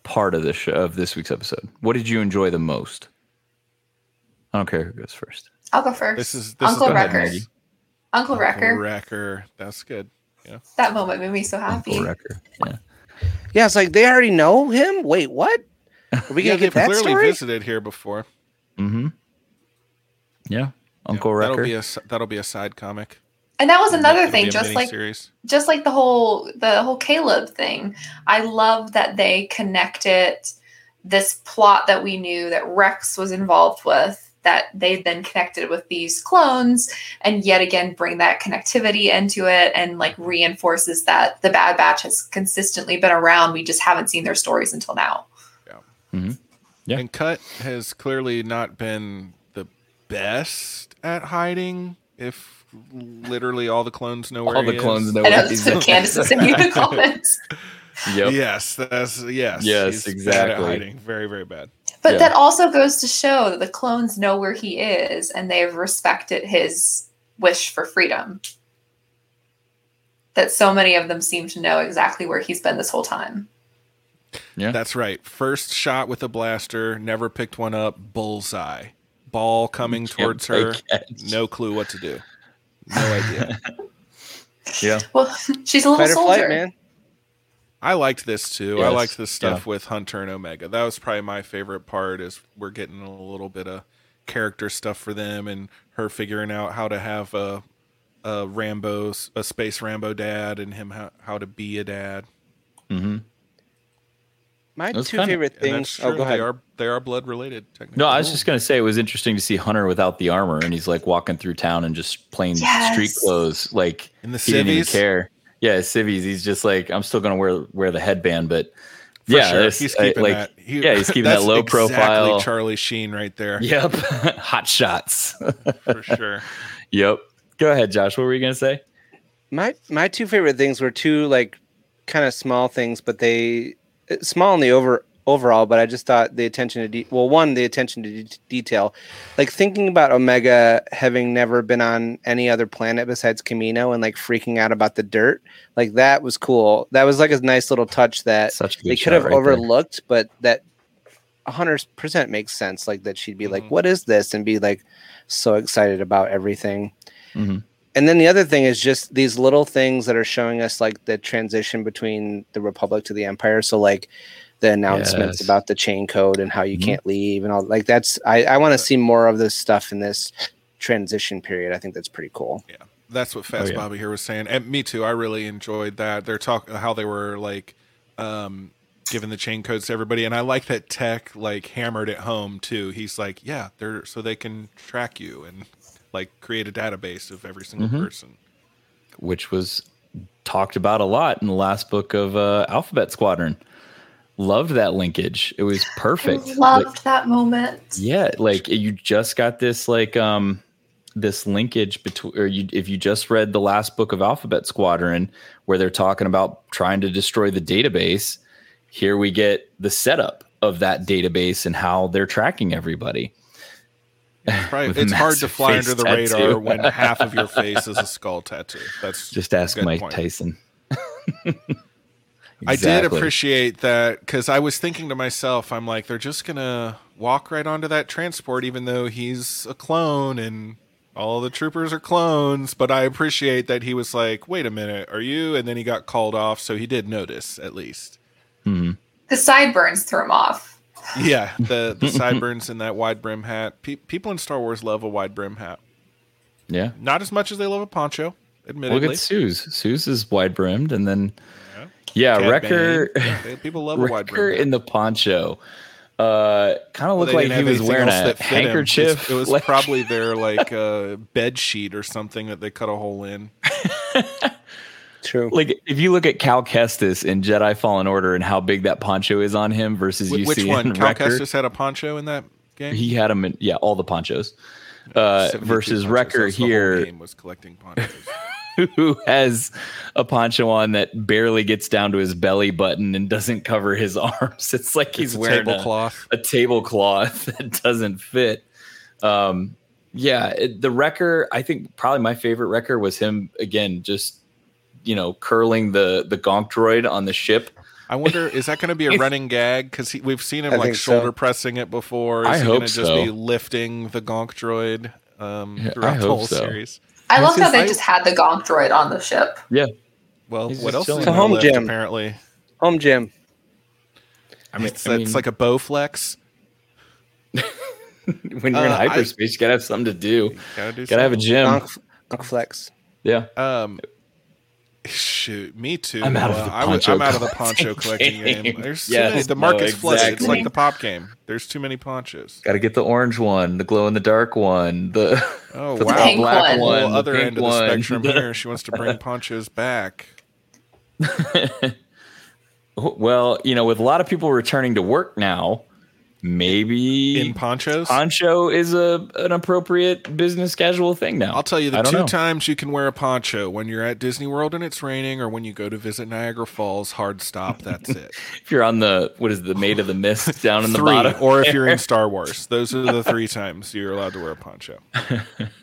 part of the show of this week's episode? What did you enjoy the most? I don't care who goes first.
I'll go first.
This is this
Uncle
is the
Wrecker.
Maggie.
Uncle Wrecker.
Wrecker. That's good.
that moment made me so happy.
Uncle Wrecker. Yeah.
Yeah, it's like they already know him. Wait, what? Are we
yeah,
gonna get
they've
that
clearly
story?
visited here before.
Mm-hmm. Yeah.
Yeah,
Uncle
That'll be
Wrecker.
a s- that'll be a side comic.
And that was another
It'll be
thing,
a
just like
miniseries.
just like the whole the whole Caleb thing. I love that they connected this plot that we knew that Rex was involved with that they then connected with these clones and yet again bring that connectivity into it and like reinforces that the bad batch has consistently been around we just haven't seen their stories until now
Yeah.
And Cut has clearly not been the best at hiding. If literally all the clones know where
All
he
the
is.
clones know
i know
where
that's
he's
what
at.
candace is sending you the comments
Yep.
Yes, that's yes.
Yes,
he's bad at
exactly.
hiding. Very, very bad.
But
Yeah.
that also goes to show that the clones know where he is and they have respected his wish for freedom. That so many of them seem to know exactly where he's been this whole time.
Yeah.
That's right. First shot with a blaster, never picked one up, bullseye. Ball coming towards
play
her.
catch.
No clue what to do. No idea.
Well, she's a little
Fight or
soldier.
flight, man.
I liked this too. I
Yes.
liked this stuff with Hunter and Omega. That was probably my favorite part is we're getting a little bit of character stuff for them and her figuring out how to have a a Rambo, a space Rambo dad and him how, how to be a dad.
Mm-hmm.
My
That's
two
kinda-
favorite
And that's true.
things. Oh, go
They
ahead.
are they are blood related. Technically.
No, I was just gonna say it was interesting to see Hunter without the armor, and he's like walking through town in just plain
Yes.
street clothes. Like
in the
he didn't even
civvies.
care. Yeah, civvies. He's just like, I'm still gonna wear wear the headband, but
for
yeah,
sure.
that's-
he's
I-
keeping
like,
that. He-
yeah, he's keeping that
that's
low
exactly
profile.
Charlie Sheen right there
Yep, hot shots.
for sure.
yep. Go ahead, Josh. What were you gonna say?
My my two favorite things were two like kind of small things, but they uh, small in the over overall. But I just thought the attention to de- well, one the attention to de- detail, like thinking about Omega having never been on any other planet besides Camino and like freaking out about the dirt, like that was cool. That was like a nice little touch that
Such a good
they could
shot
have
right there.
overlooked, but that 100% makes sense. Like that she'd be like,
Mhm.
what is this? And be like so excited about everything.
Mhm.
And then the other thing is just these little things that are showing us like the transition between the Republic to the Empire. So, like the announcements
Yes.
about the chain code and how you
Mhm.
can't leave and all like that's, I, I want to see more of this stuff in this transition period. I think that's pretty cool.
That's what Fast
Oh, yeah.
Bobby here was saying, and me too. I really enjoyed that. They're talking how they were like um, giving the chain codes to everybody, and I like that Tech like hammered it home too. He's like, yeah, they're so they can track you and like create a database of every single
Mhm.
person.
which was talked about a lot in the last book of uh, Alphabet Squadron. Loved that linkage. It was perfect.
Loved
Like,
that moment.
yeah, like you just got this like um this linkage between or you if you just read the last book of Alphabet Squadron where they're talking about trying to destroy the database, here we get the setup of that database and how they're tracking everybody.
It's,
With
probably,
a
it's hard to
massive
fly
face
under the
tattoo.
radar when half of your face is a skull tattoo. That's
Just ask
Good
Mike
point.
Tyson.
I did
Exactly.
appreciate that because I was thinking to myself, I'm like, they're just gonna walk right onto that transport, even though he's a clone and all the troopers are clones. But I appreciate that he was like, wait a minute, are you? And then he got called off, so he did notice at least.
Mhm.
The sideburns threw him off.
Yeah, the the sideburns and that wide brim hat. Pe- people in Star Wars love a wide brim hat,
Yeah.
not as much as they love a poncho.
Look
Admittedly,
at Sue's. Sue's is wide brimmed, and then yeah,
Cad
uh, Wrecker,
Bane. Yeah, they- people love a wide
Wrecker
brim. hat.
in the poncho, uh, kind
Well,
of looked
they
like
didn't
he
have
was
anything
wearing
else
a
that fit him.
handkerchief.
It's- It was
like-
probably their like uh, bed sheet or something that they cut a hole in.
True.
like if you look at Cal Kestis in Jedi Fallen Order and how big that poncho is on him versus
Wh-
you
which
see
one?
in
Cal
Wrecker.
Kestis had a poncho in that game.
He had him in yeah, all the ponchos. Uh,
72
versus
ponchos.
Wrecker
That's the whole
here,
game was collecting ponchos.
who has a poncho on that barely gets down to his belly button and doesn't cover his arms. It's like he's
It's a
wearing a,
tablecloth.
a tablecloth that doesn't fit. Um, yeah, it- the wrecker. I think probably my favorite wrecker was him again, just you know, curling the the gonk droid on the ship.
I wonder, is that going to be a running gag? Because we've seen him
I
like
think so.
shoulder pressing it before. Is
I
he
hope
gonna just
so.
be lifting the Gonk droid um,
Yeah, I
throughout the
hope
whole
so.
series?
I
This
love how
is-
they
I-
just had the gonk droid on the ship.
Well,
He's
what
just
else is he
chilling. It's a
gonna
home
lift,
gym.
Apparently,
Home gym.
I mean,
it's,
I
it's
mean,
like a bow flex.
when you're in
uh, I-
hyperspace, you gotta have something to do.
Gotta do
Gotta have a gym.
Gonk, gonk flex.
Yeah,
Um, shoot, me too.
I'm out of the
I was-
poncho
I'm out of the
collecting
poncho collecting game.
game.
There's
Yes,
too many. The
no,
market's flooded. It's
exactly.
like the pop game. There's too many ponchos.
gotta get the orange one, the glow in the dark one, the
Oh
the
wow,
pink
black
one.
one,
whole
the
other
pink
end of
one.
the spectrum here. She wants to bring ponchos back.
well, you know, with a lot of people returning to work now, maybe
In ponchos.
poncho is a an appropriate business casual thing now.
I'll tell you
I
the
don't
two
know.
times you can wear a poncho when you're at Disney World and it's raining, or when you go to visit Niagara Falls. Hard stop. That's it.
if you're on the what is it, the Maid of the Mist down in the
three,
bottom,
or if you're in Star Wars, those are the three times you're allowed to wear a poncho.
uh,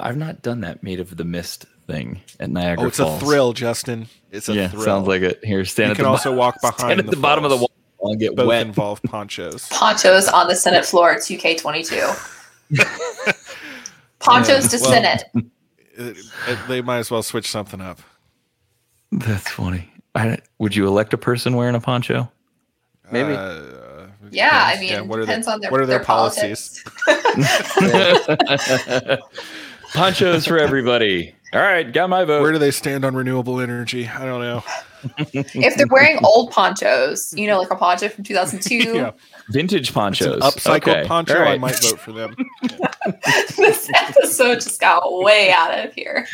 I've not done that Maid of the Mist thing at Niagara
Oh, it's a
Falls.
thrill, Justin. It's a
yeah,
thrill.
sounds like it. Here, stand
You
at
can
the
also
bo-
walk
stand
behind
at
the
the, bottom of the
falls.
wall and get
both
wet.
involve ponchos.
Ponchos on the Senate floor. It's UK 22. Ponchos to
Well-
Senate.
It- it- they might as well switch something up.
That's funny. I, don't- would you elect a person wearing a poncho?
Maybe.
Uh, it
Yeah, I
depends.
mean,
Yeah,
it depends on their,
what are their, policies?
politics.
Ponchos for everybody. All right, got my vote.
Where do they stand on renewable energy? I don't know.
if they're wearing old ponchos, you know, like a poncho from 2002,
Yeah.
Vintage ponchos.
Upcycled
Okay.
poncho.
All
I
right.
might vote for them.
this episode just got way out of here.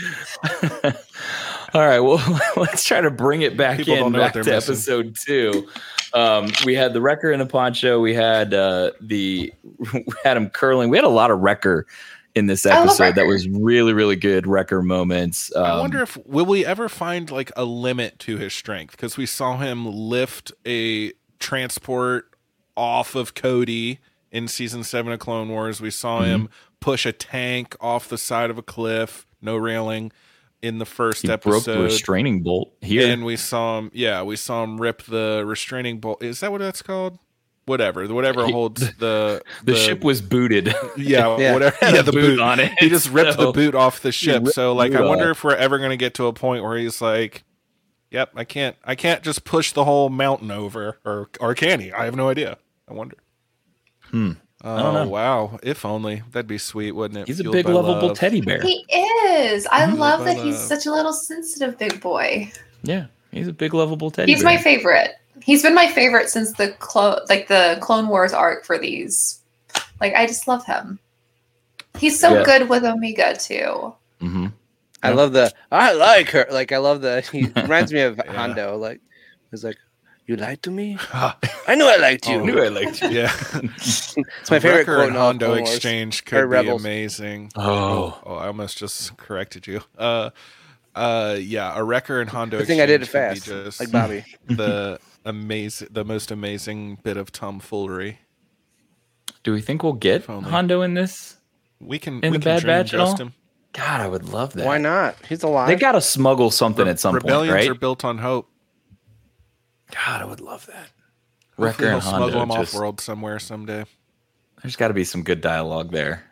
All right, well, let's try to bring it back
People don't
in
know what
back to
they're missing.
episode two. Um, we had the wrecker and the poncho. We had uh, the we had him curling. We had a lot of wrecker in this
I love
episode. That
Wrecker.
was really really good wrecker moments. Um,
I wonder if will we ever find like a limit to his strength because we saw him lift a transport off of Cody in season seven of Clone Wars. We saw
Mm-hmm.
him push a tank off the side of a cliff, no railing, in the first
he broke the
episode.
restraining bolt here.
And we saw him, yeah, we saw him rip the restraining bolt. Is that what that's called? Whatever, whatever
He-
holds the
the, ship was booted.
yeah,
Yeah.
whatever.
Had
Yeah,
a
the
boot
boot
on it.
He just ripped
So-
the boot off the ship.
ripped
So, like,
the
I
boot
wonder if we're ever going to get to a point where he's like, "Yep, I can't, I can't just push the whole mountain over," or or can he? I have no idea. I wonder.
Hmm.
Oh
don't know.
wow! If only that'd be sweet, wouldn't it?
He's a
Fueled
big
by
lovable
love.
teddy bear.
He is. I
Mhm.
love that
Love,
he's
love.
such a little sensitive big boy.
Yeah, he's a big lovable teddy.
He's
bear.
my favorite. He's been my favorite since the clone, like the Clone Wars arc for these. Like I just love him. He's so
Yeah.
good with Omega too.
Mhm.
I
Yeah.
love the I like her. Like I love the he reminds me of Hondo. Like he's like, You lied to me? I knew I liked you.
Oh, I knew I liked you.
Yeah,
it's my favorite
Wrecker
quote
and
in all
Hondo
Clone Wars.
exchange
Or
could be
Rebels.
amazing.
Oh,
oh, I almost just corrected you. Uh, uh, yeah, a Wrecker and Hondo.
I think I did it
exchange
fast.
could be just-
Like Bobby.
the amazing, the most amazing bit of tomfoolery.
do we think we'll get
If only.
Hondo in this?
We can
In
we can
the Bad
dream
Batch at all?
just him.
God, I would love that.
Why not? He's alive.
They got to smuggle something
Re-
at some point,
Rebellions
right?
are built on hope.
God, I would love that.
Hopefully
Wrecker
he'll
and
smuggle
Hondo.
him
Just,
off world somewhere someday.
there's got to be some good dialogue there.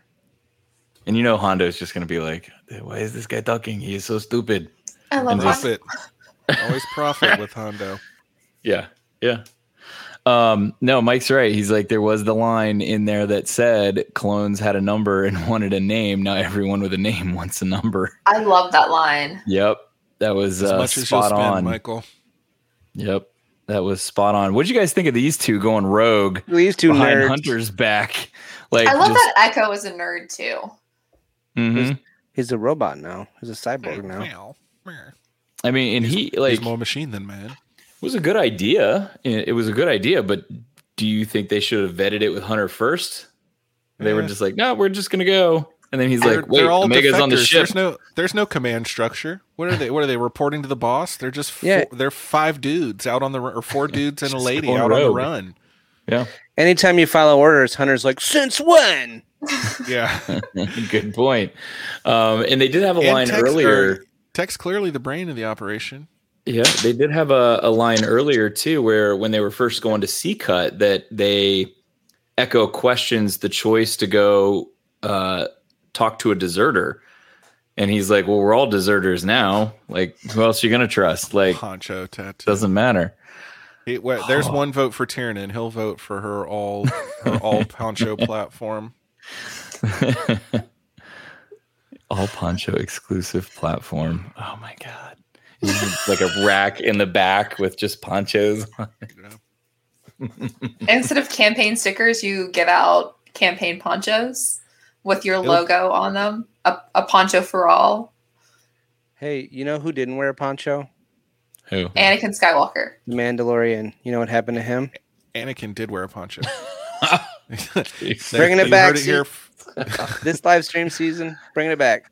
And you know, Hondo's just going to be like, "Why is this guy talking? He is so stupid."
I love
And just-
him.
Profit. Always profit with Hondo.
Yeah, yeah. Um, no, Mike's right. He's like, there was the line in there that said clones had a number and wanted a name. Now everyone with a name wants a number.
I love that line.
Yep, that was
As
uh,
much as you'll
spot
spend,
on.
Michael.
Yep, that was spot on. What did you guys think of these two going rogue
These two
behind
nerds.
Hunter's back? Like,
I love
just-
that Echo is a nerd too.
Mhm.
He's a robot now. He's a
Oh,
cyborg now.
Meow. Meow.
I mean, and he like
He's more machine than man.
it was a good idea. It it was a good idea, but do you think they should have vetted it with Hunter first? They were
Yeah.
just like, no, we're just gonna go. And then he's like, wait, Omega's on the
defectors.
ship.
There's no, there's no command structure. What are they? What are they reporting to the boss? They're just,
Yeah.
four, they're five dudes out on the, r- or four dudes and a
Just
lady
going
out on the
rogue.
run.
yeah,
Anytime you follow orders, Hunter's like, Since when?
Yeah.
good point. Um, and they did have a
And
line
Tex-
earlier.
or- Tech's clearly the brain of the operation.
Yeah, they did have a, a line earlier too, where when they were first going to C cut, that they Echo questions the choice to go uh, talk to a deserter, and he's like, "Well, we're all deserters now. Like, who else are you gonna trust? Like,
Poncho tattoo.
doesn't matter."
He- wait, there's one vote for Tiernan. He'll vote for her all her all poncho platform.
all Poncho exclusive platform. Oh my god, It's like a rack in the back with just ponchos.
Instead of campaign stickers, you give out campaign ponchos with your
It'll-
logo on them. A, a poncho for all.
Hey, you know who didn't wear a poncho?
Who?
Anakin Skywalker.
The Mandalorian. You know what happened to him?
Anakin did wear a poncho.
Bringing it
You
back,
heard
see?
here f-
This live stream season, bringing it back.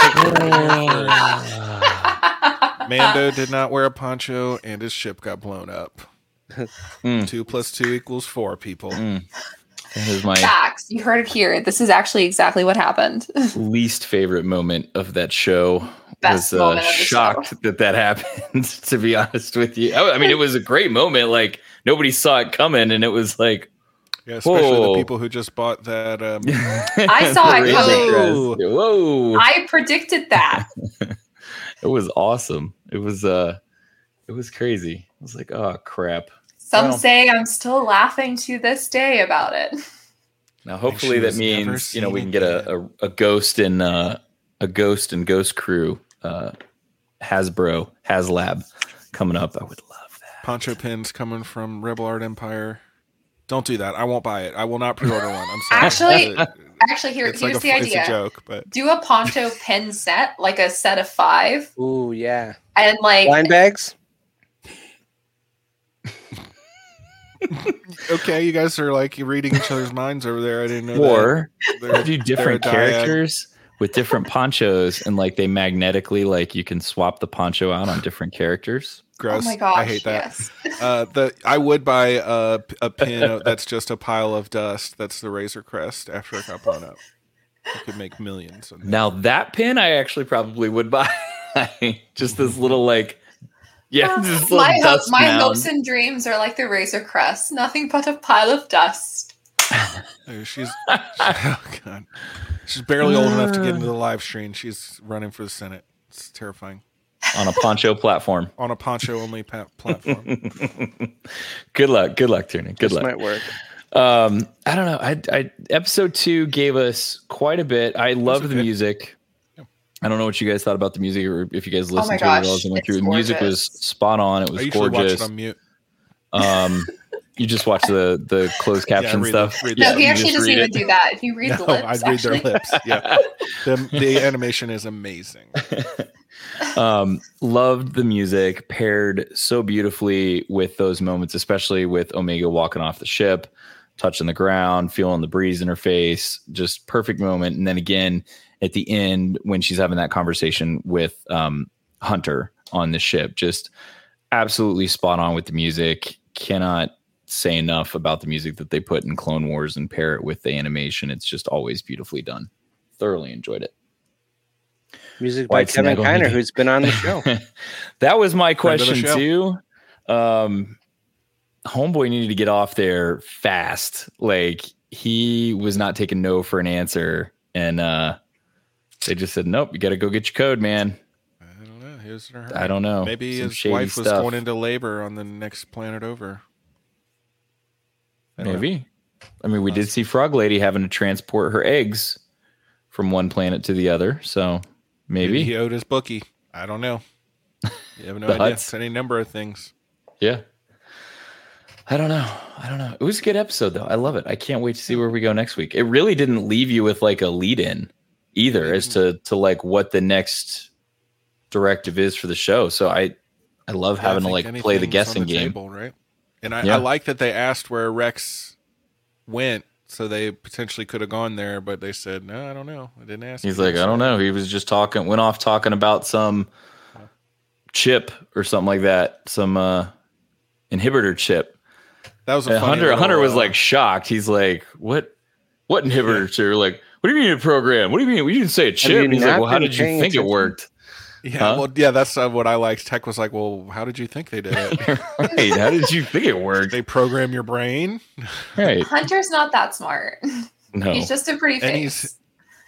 picture.
Mando did not wear a poncho, and his ship got blown up.
Hmm.
Mm.
Two plus two equals four. People.
That is Mm. my
Facts. You heard it here. This is actually exactly what happened.
least favorite moment of that show
Best
was uh,
moment of the
shocked that that happened to be honest with you I, I mean it was a great moment like nobody saw it coming and it was like
Yeah, especially
Whoa.
the people who just bought that. Um,
i
saw it
coming.
whoa
I predicted that.
it was awesome it was uh it was crazy i was like oh crap
Some
Well.
say I'm still laughing to this day about it.
now hopefully
she
that
was never
means you know
seen
we can get a, a, a ghost and uh a ghost and ghost crew uh hasbro haslab coming up. I would love that.
Poncho pins coming from Rebel Art Empire. Don't do that. I won't buy it. I will not pre-order one. I'm sorry.
Actually-
It-
Actually, here,
it's
here's
like a,
the
it's a
idea.
joke, but
Do a poncho pen set, like a set of five,
Ooh, yeah.
and like oh
Blind bags?
okay, you guys are like reading each other's minds over there. I didn't know.
Or
that.
Oh
They're-
have you different
they're a dyad.
characters with different ponchos and like they magnetically like you can swap the poncho out on different characters.
gross.
oh my gosh,
I hate that.
Yes.
Uh, the I would buy a, a pin of- that's just a pile of dust. That's the Razor Crest after it got blown up. You could make millions. on that.
Now that pin I actually probably would buy. just this little like yeah, this little
Uh, my
dust
hopes, my
mound.
hopes and dreams are like the razor crest, nothing but a pile of dust.
Oh, she's oh god, she's barely old enough to get into the live stream. She's running for the Senate. It's terrifying
on a poncho platform.
on a poncho only pa- platform.
Good luck. Good luck, Tiernan. Good
this
luck.
might work.
Um, I don't know. I, I episode two gave us quite a bit. I love the
okay.
music. I don't know what you guys thought about the music, or if you guys
Oh my
listened to
gosh,
it all as I went
it's
through. The music was
gorgeous.
spot on. It
I
was
usually watch it
gorgeous.
on mute.
Um, you just watch the the closed caption
read the-
stuff.
read the-
no, he
you
actually
just
doesn't
read
even
it.
do that. He reads
no,
the lips.
I read
actually.
their lips. Yeah, the, the animation is amazing.
um, loved the music paired so beautifully with those moments, especially with Omega walking off the ship, touching the ground, feeling the breeze in her face, just perfect moment. And then again at the end when she's having that conversation with um, Hunter on the ship, just absolutely spot on with the music. Cannot say enough about the music that they put in Clone Wars and pair it with the animation. It's just always beautifully done. Thoroughly enjoyed it.
Music
Why
by
it's
Kevin
not gonna
Kiner,
be-
who's been on the show.
that was my
Friend of the
question too. Um, homeboy needed to get off there fast. Like he was not taking no for an answer, and uh, they just said, "Nope, you got to go get your code, man."
I don't know. Here's her.
I don't know.
Maybe
Oh, Some
his
shady
wife was
stuff.
going into labor on the next planet over. I don't know.
Maybe. I mean, we did see Frog Lady having to transport her eggs from one planet to the other, so maybe,
he owed his bookie. I don't know. You have no
The
idea.
Hutts.
It's any number of things.
yeah. I don't know. I don't know. It was a good episode though. I love it. I can't wait to see where we go next week. It really didn't leave you with like a lead in either as to to like what the next directive is for the show. So I I love
Yeah, I
having to
think
like play
anything's
the
on
guessing game.
table, right? And I,
Yeah.
I like that they asked where Rex went, so they potentially could have gone there, but they said no. I don't know. I didn't ask.
He's
you."
like, I don't know. He was just talking went off talking about some chip or something like that. Some uh inhibitor chip.
That was a
And
funny
Hunter
little,
Hunter was
uh,
like shocked. He's like, "What? What inhibitor? chip? Like, what do you mean a program? What do you mean? We didn't say a
you
chip." He's like,
not
"Well, how
been
did you
paying
think it
attention?"
worked?
yeah,
huh?
well, yeah. That's uh, what I liked. Tech was like, well, how did you think they did it?
right? How did you think it worked?
they program your brain,
Right?
Hunter's not that smart.
No.
He's just a pretty
And he's-
face.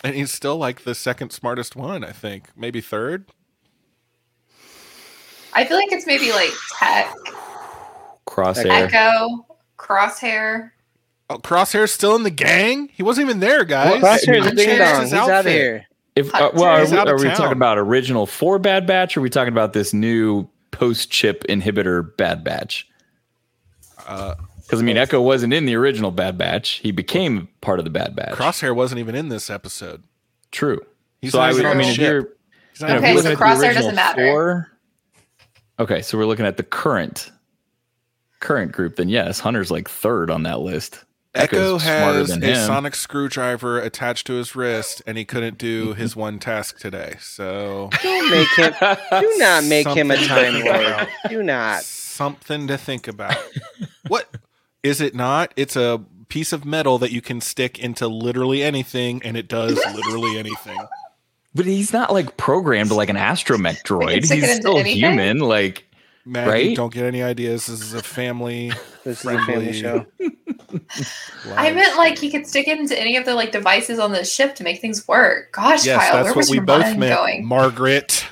and he's still like the second smartest one. I think maybe third.
I feel like it's maybe like Tech,
Crosshair.
Echo, Crosshair.
Oh, Crosshair's still in the gang. He wasn't even there, guys.
Crosshair's
He
a ding
changed
dong.
his
He's out of
outfit.
here.
If uh, well, are,
He's
we-
out of
are we
town.
talking about original four Bad Batch? Or are we talking about this new post chip inhibitor Bad Batch?
Uh,
Because I mean, Echo wasn't in the original Bad Batch. He became part of the Bad Batch.
Crosshair wasn't even in this episode.
True.
He's
so
not
I, would,
even
I
on
mean,
the
if
ship.
you're
He's not
You know,
even
if
Okay,
we're
so
in
looking at
it.
the
crosshair
original
doesn't matter.
four- okay, so we're looking at the current current group. Then yes, Hunter's like third on that list.
Echo
Echo's smarter
has a
than him.
sonic screwdriver attached to his wrist, and he couldn't do his one task today. So
Don't make him. Do not make him a
Something
time
to think
lord. Do not.
something to think about. what is it not? It's a piece of metal that you can stick into literally anything, and it does literally anything.
But he's not like programmed like an astromech droid.
stick it
He's
into
still
anything?
human. Like
Maggie,
Right?
don't get any ideas. This is a family.
This is a family
Friendly.
show.
I meant like he could stick it into any of the like devices on the ship to make things work. Gosh,
yes,
Kyle, where
that's
was
what we
your
both
mind
meant,
going?
Margaret.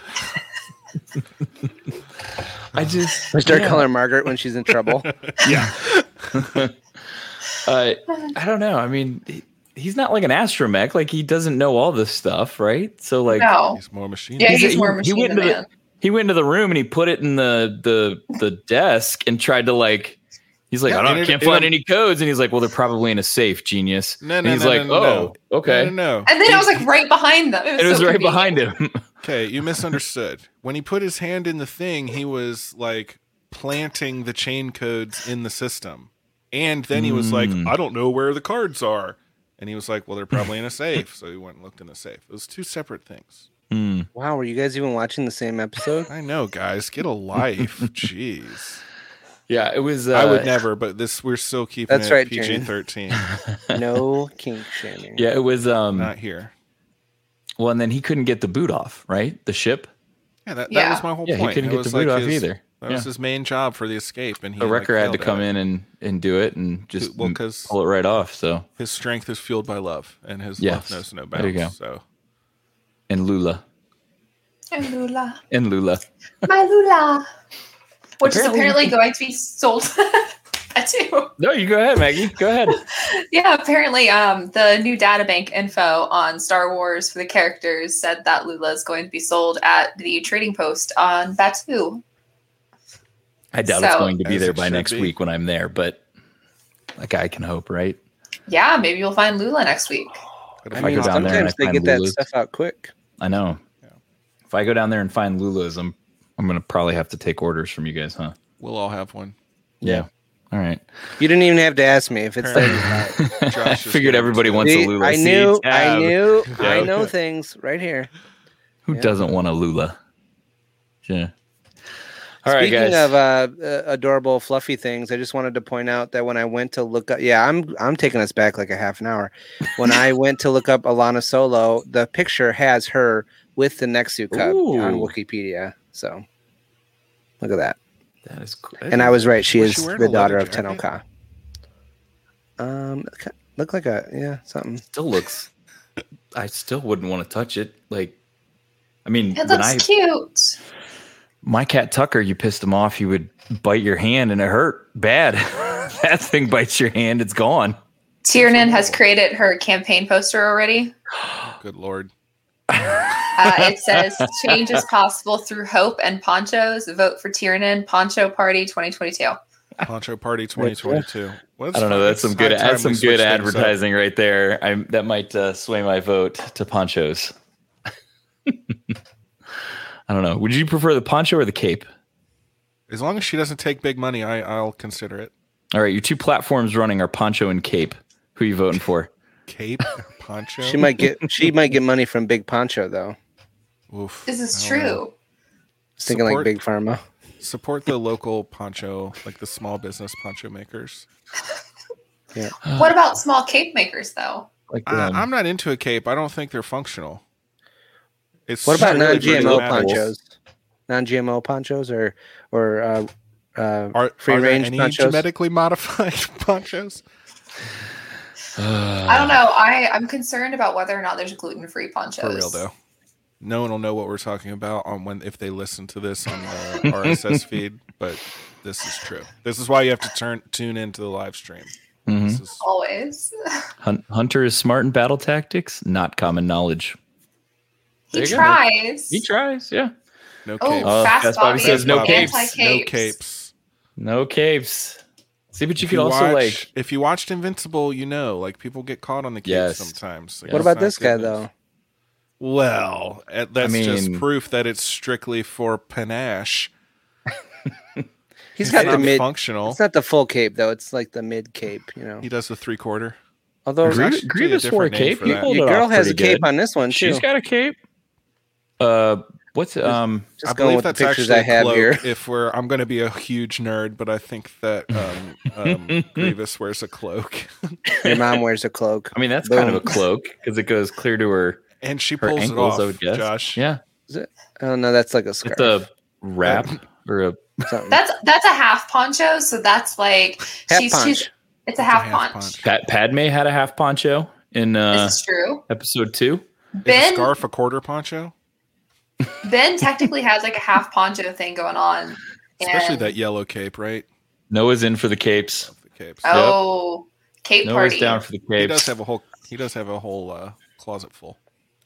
I just
I start
yeah.
calling her Margaret when she's in trouble.
Uh, I don't know. I mean, he- he's not like an astromech. Like he doesn't know all this stuff, right? So like
no.
He's more machine.
Yeah,
He's
he's,
a-
more
he- he
machine
went
than
into the-
man.
He went into the room and he put it in the the the desk and tried to like. He's like,
Yeah,
I don't,
and it-
can't
it-
find any codes, and he's like, well, they're probably in a safe, genius.
No,
and
no,
he's
no,
like,
no, no,
oh, okay,
No, no, no.
And then it was like right behind them. It
and
was,
it
so
was right
convenient.
behind him.
Okay, you misunderstood. when he put his hand in the thing, he was like planting the chain codes in the system. And then he was like,
Mm.
I don't know where the cards are. And he was like, Well, they're probably in a safe. So he went and looked in the safe. It was two separate things.
Hmm.
Wow, were you guys even watching the same episode?
I know, guys. Get a life. Jeez.
Yeah, it was. Uh,
I would never, but this we're still keeping
That's
it
right, Jane.
PG thirteen.
No kink shaming.
Yeah, it was. Um,
Not here.
well, and then he couldn't get the boot off, right? The ship.
Yeah, that, that
Yeah.
was my whole
Yeah,
point.
he couldn't
It
get the
was
boot
like
off
his-
either.
That was
Yeah.
his main job for the escape, and he
The
like,
wrecker had to
failed at
come
it.
in and and do it and just
Well,
m-
'cause-
pull it right off. So
His strength is fueled by love, and his
Yes.
love knows no bounds.
There you
So
and Lula
And Lula.
and Lula.
My Lula. Which
Apparently-
is apparently going to be sold. That too.
No, you go ahead, Maggie. Go ahead.
Yeah, apparently um, the new databank info on Star Wars for the characters said that Lula is going to be sold at the trading post on Batu.
I doubt it's
So-
going to be
As
there
it
by
should
next
be.
week when I'm there, but like I can hope, right?
Yeah, maybe you'll find Lula next week.
But
I
if
I
mean,
go down
sometimes
there and I
they
find
get that
Lulu.
stuff out quick.
I know.
Yeah.
If I go down there and find Lula's, I'm I'm gonna probably have to take orders from you guys, huh?
we'll all have one.
Yeah. All right.
You didn't even have to ask me if it's there.
I
Josh is
figured
gonna
everybody
do it.
wants a
See,
Lula.
I
See,
knew, I
Tab.
knew, I
Yeah.
know things right here.
Who
Yeah.
doesn't want a Lula? Yeah. All right,
Speaking
guys.
of uh, uh, adorable, fluffy things, I just wanted to point out that when I went to look up, yeah, I'm I'm taking us back like a half an hour. When I went to look up Alana Solo, the picture has her with the Nexu cub on
Ooh.
Wikipedia. So look at that.
that is cool.
And I was right; she
Was
is
she wearing a
the
leather
daughter of
jacket?
Tenoka. Um, k- look like a yeah something.
still looks. I still wouldn't want to touch it. Like, I mean,
It
when
looks
I
cute.
my cat Tucker, you pissed him off. He would bite your hand, and it hurt bad. that thing bites your hand, it's gone.
Tiernan has created her campaign poster already.
Good lord.
Uh, it says, Change is possible through hope and ponchos. Vote for Tiernan, Poncho Party 2022.
Poncho Party 2022. Well,
I don't know.
fine.
That's some
It's
good.
high
That's
time
some
we
good
switched things up.
advertising right there. I that might uh, sway my vote to ponchos. I don't know. Would you prefer the poncho or the cape?
As long as she doesn't take big money, I, I'll consider it.
All right, your two platforms running are poncho and cape. Who are you voting for?
Cape, poncho.
She might get she might get money from Big Poncho though.
Oof.
This is
I
true.
don't know.
Just thinking
Support-
like Big Pharma.
Support the local poncho, like the small business poncho makers.
What about small cape makers, though?
Like
I,
um,
Uh, I'm not into a cape. I don't think they're functional. It's
What about
really for
non-GMO
dramatic.
ponchos? Non-GMO ponchos or or uh, uh,
Are,
free
are there
range
any
ponchos?
genetically modified ponchos?
uh,
I don't know. I, I'm concerned about whether or not there's gluten free ponchos.
For real though, no one will know what we're talking about on when if they listen to this on the RSS feed. But this is true. This is why you have to turn tune into the live stream.
mhm.
This
Mm-hmm.
is
Always.
Hun- Hunter is smart in battle tactics. Not common knowledge.
He
There you go.
tries.
He tries. Yeah.
no
Oh,
capes.
Uh,
Fast
Fast Bobby
Bobby,
says
is
no capes.
anti-capes.
No capes.
No capes. See, but you
If
could also
watch,
like
if you watched Invincible, you know, like people get caught on the capes
Yes.
sometimes. Like,
What
it's
about
not
this guy
good enough.
though?
Well, eh, that's just
mean-
proof that it's strictly for panache.
He's
It's
got the
not
mid.
functional.
It's not the full cape though. It's like the mid cape, you know.
He does the three quarter.
Although
There's
Grievous-
actually a
Grievous wore a
different name
cape.
for
You
that.
pulled
your
it
girl
off
has a
pretty
cape
good.
on this one too.
She's got a cape. Uh, what's um?
Just going with the pictures I have
cloak
here.
If we're, I'm going to be a huge nerd, but I think that um, um, Grievous wears a cloak,
Your mom wears a cloak.
I mean, that's kind of a
Boom.
cloak because it goes clear to her.
and she
Her
pulls it
ankles,
off.
I would guess.
Josh,
Yeah,
Oh no, that's like a
it's
scarf.
a wrap or a
something.
That's that's a half poncho, so that's like
Half
she's,
punch.
she's it's a half, punch.
Pat, Padme had a half poncho in uh,
this is true.
episode two.
Is a
Ben
scarf a quarter poncho?
Ben technically has like a half poncho thing going on.
Especially
and-
that yellow cape, right?
Noah's in for the capes.
Love The capes.
Oh, cape
Noah's
party.
down for the
he
capes.
does have a whole. He does have a whole uh, closet full.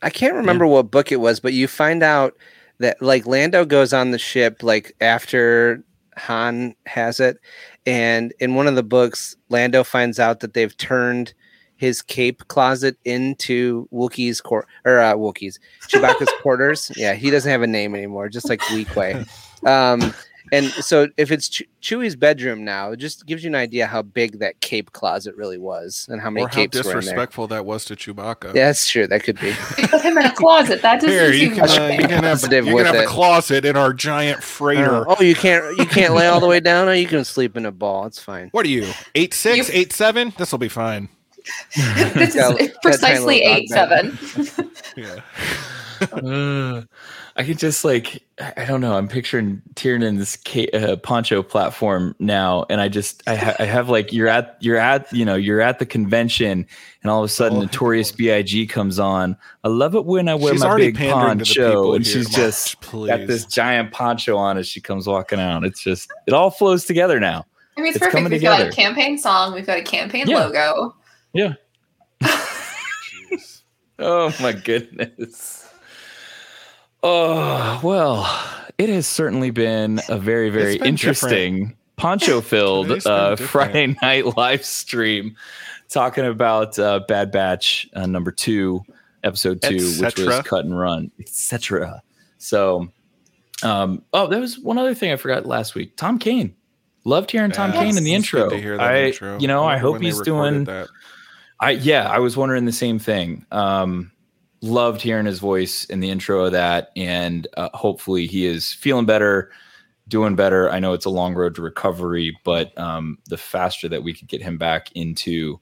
I can't remember what book it was, but you find out that like Lando goes on the ship like after Han has it, and in one of the books, Lando finds out that they've turned his cape closet into Wookiee's court or uh, Wookiee's Chewbacca's quarters. Yeah, he doesn't have a name anymore, just like Weequay. Um, and so if it's Chew- Chewie's bedroom now, it just gives you an idea how big that cape closet really was and how many
or how
capes were in there.
disrespectful that was to Chewbacca.
Yeah, that's true. That could be.
You put him in a closet. That doesn't
Here, you
seem
can, uh,
right.
you can have,
Positive
you can
with
have a
it.
closet in our giant freighter.
oh, you can't you can't lay all the way down. Or you can sleep in a ball. It's fine.
What are you? Eight six,
You-
eight seven? This will be fine.
this
Yeah,
is
that
precisely
tiny
eight
little dog
seven.
Yeah.
Uh, I could just like I I don't know. I'm picturing Tiernan's ca- uh, poncho platform now, and I just I, ha- I have like you're at you're at you know you're at the convention, and all of a sudden
Oh,
Notorious
heck.
B.I.G. comes on. I love it when I wear
She's
my
already
big
pandering to the
poncho,
people
and
here.
she's
Come on,
just
please.
got this giant poncho on as she comes walking out. It's just it all flows together now.
I mean, it's,
It's
perfect.
coming
We've got
together.
a campaign song. We've got a campaign
Yeah.
logo.
Yeah.
Jeez.
Oh my goodness. Oh, well, it has certainly been a very, very
It's been
interesting poncho
Today's
filled
been
uh,
different.
Friday night live stream talking about uh, Bad Batch uh, number two, episode
Et
two, which was
cetera.
cut and run, etc. So, um, oh, there was one other thing I forgot last week. Tom Kane. Loved hearing Tom
Yeah,
Kane in the
it's good
intro.
to hear that
I,
intro.
you know, I
wonder
hope
when they
he's
recorded
doing
that.
I yeah, I was wondering the same thing. Um, loved hearing his voice in the intro of that, and uh, hopefully he is feeling better, doing better. I know it's a long road to recovery, but um, the faster that we could get him back into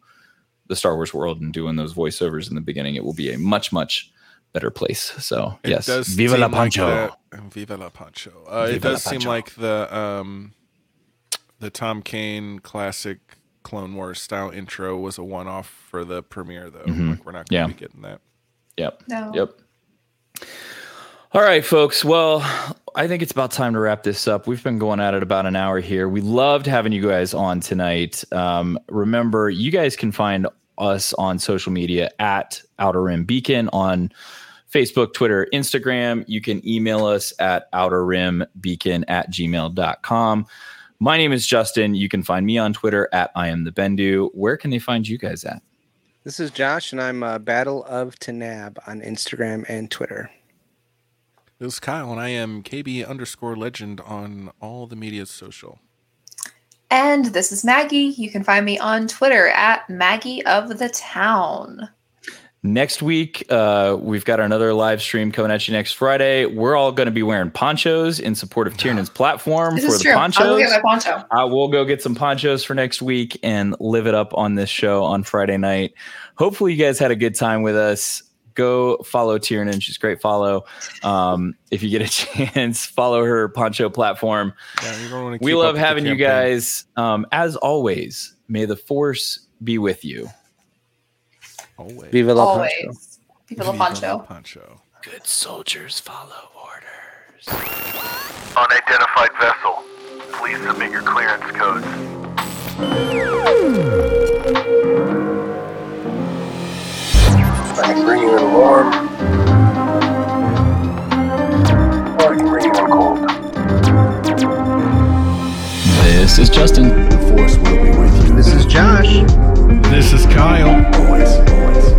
the Star Wars world and doing those voiceovers in the beginning, it will be a much much better place. So
It
yes,
does
Viva
seem
la
like
Pancho.
that- Viva la Pancho. Uh, it
Viva la
does seem
Pancho.
like the um, the Tom Kane classic Clone Wars style intro was a one off for the premiere, though.
Mhm.
Like we're not going
Yeah.
to be getting that.
Yep.
No.
Yep. All right, folks. Well, I think it's about time to wrap this up. We've been going at it about an hour here. We loved having you guys on tonight. Um, remember, you guys can find us on social media at Outer Rim Beacon on Facebook, Twitter, Instagram. You can email us at outerrimbeacon at gmail.com. My name is Justin. You can find me on Twitter at I am the Bendu. Where can they find you guys at?
This is Josh, and I'm uh, Battle of Tanab on Instagram and Twitter.
It was Kyle, and I am KB underscore legend on all the media social.
And this is Maggie. You can find me on Twitter at Maggie of the Town.
Next week, uh, we've got another live stream coming at you next Friday. We're all going to be wearing ponchos in support of Tiernan's platform
This
for
is
the
true.
ponchos.
I'll go get my poncho.
I will go get some ponchos for next week and live it up on this show on Friday night. Hopefully, you guys had a good time with us. Go follow Tiernan. She's a great follow. Um, if you get a chance, follow her poncho platform.
Yeah, you don't wanna
We
keep up
love
with the
having you
campaign.
guys. Um, as always, may the force be with you.
Always.
Viva la Pancho.
Always. People of
Viva la
poncho.
Pancho.
Good soldiers follow orders.
Unidentified vessel. Please submit your clearance codes.
I can bring you in warm. Or I can bring you in cold.
This is Justin.
The force will be with you.
This is Josh.
This is Kyle.
Always, always.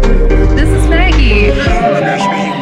This is Maggie.
Understand.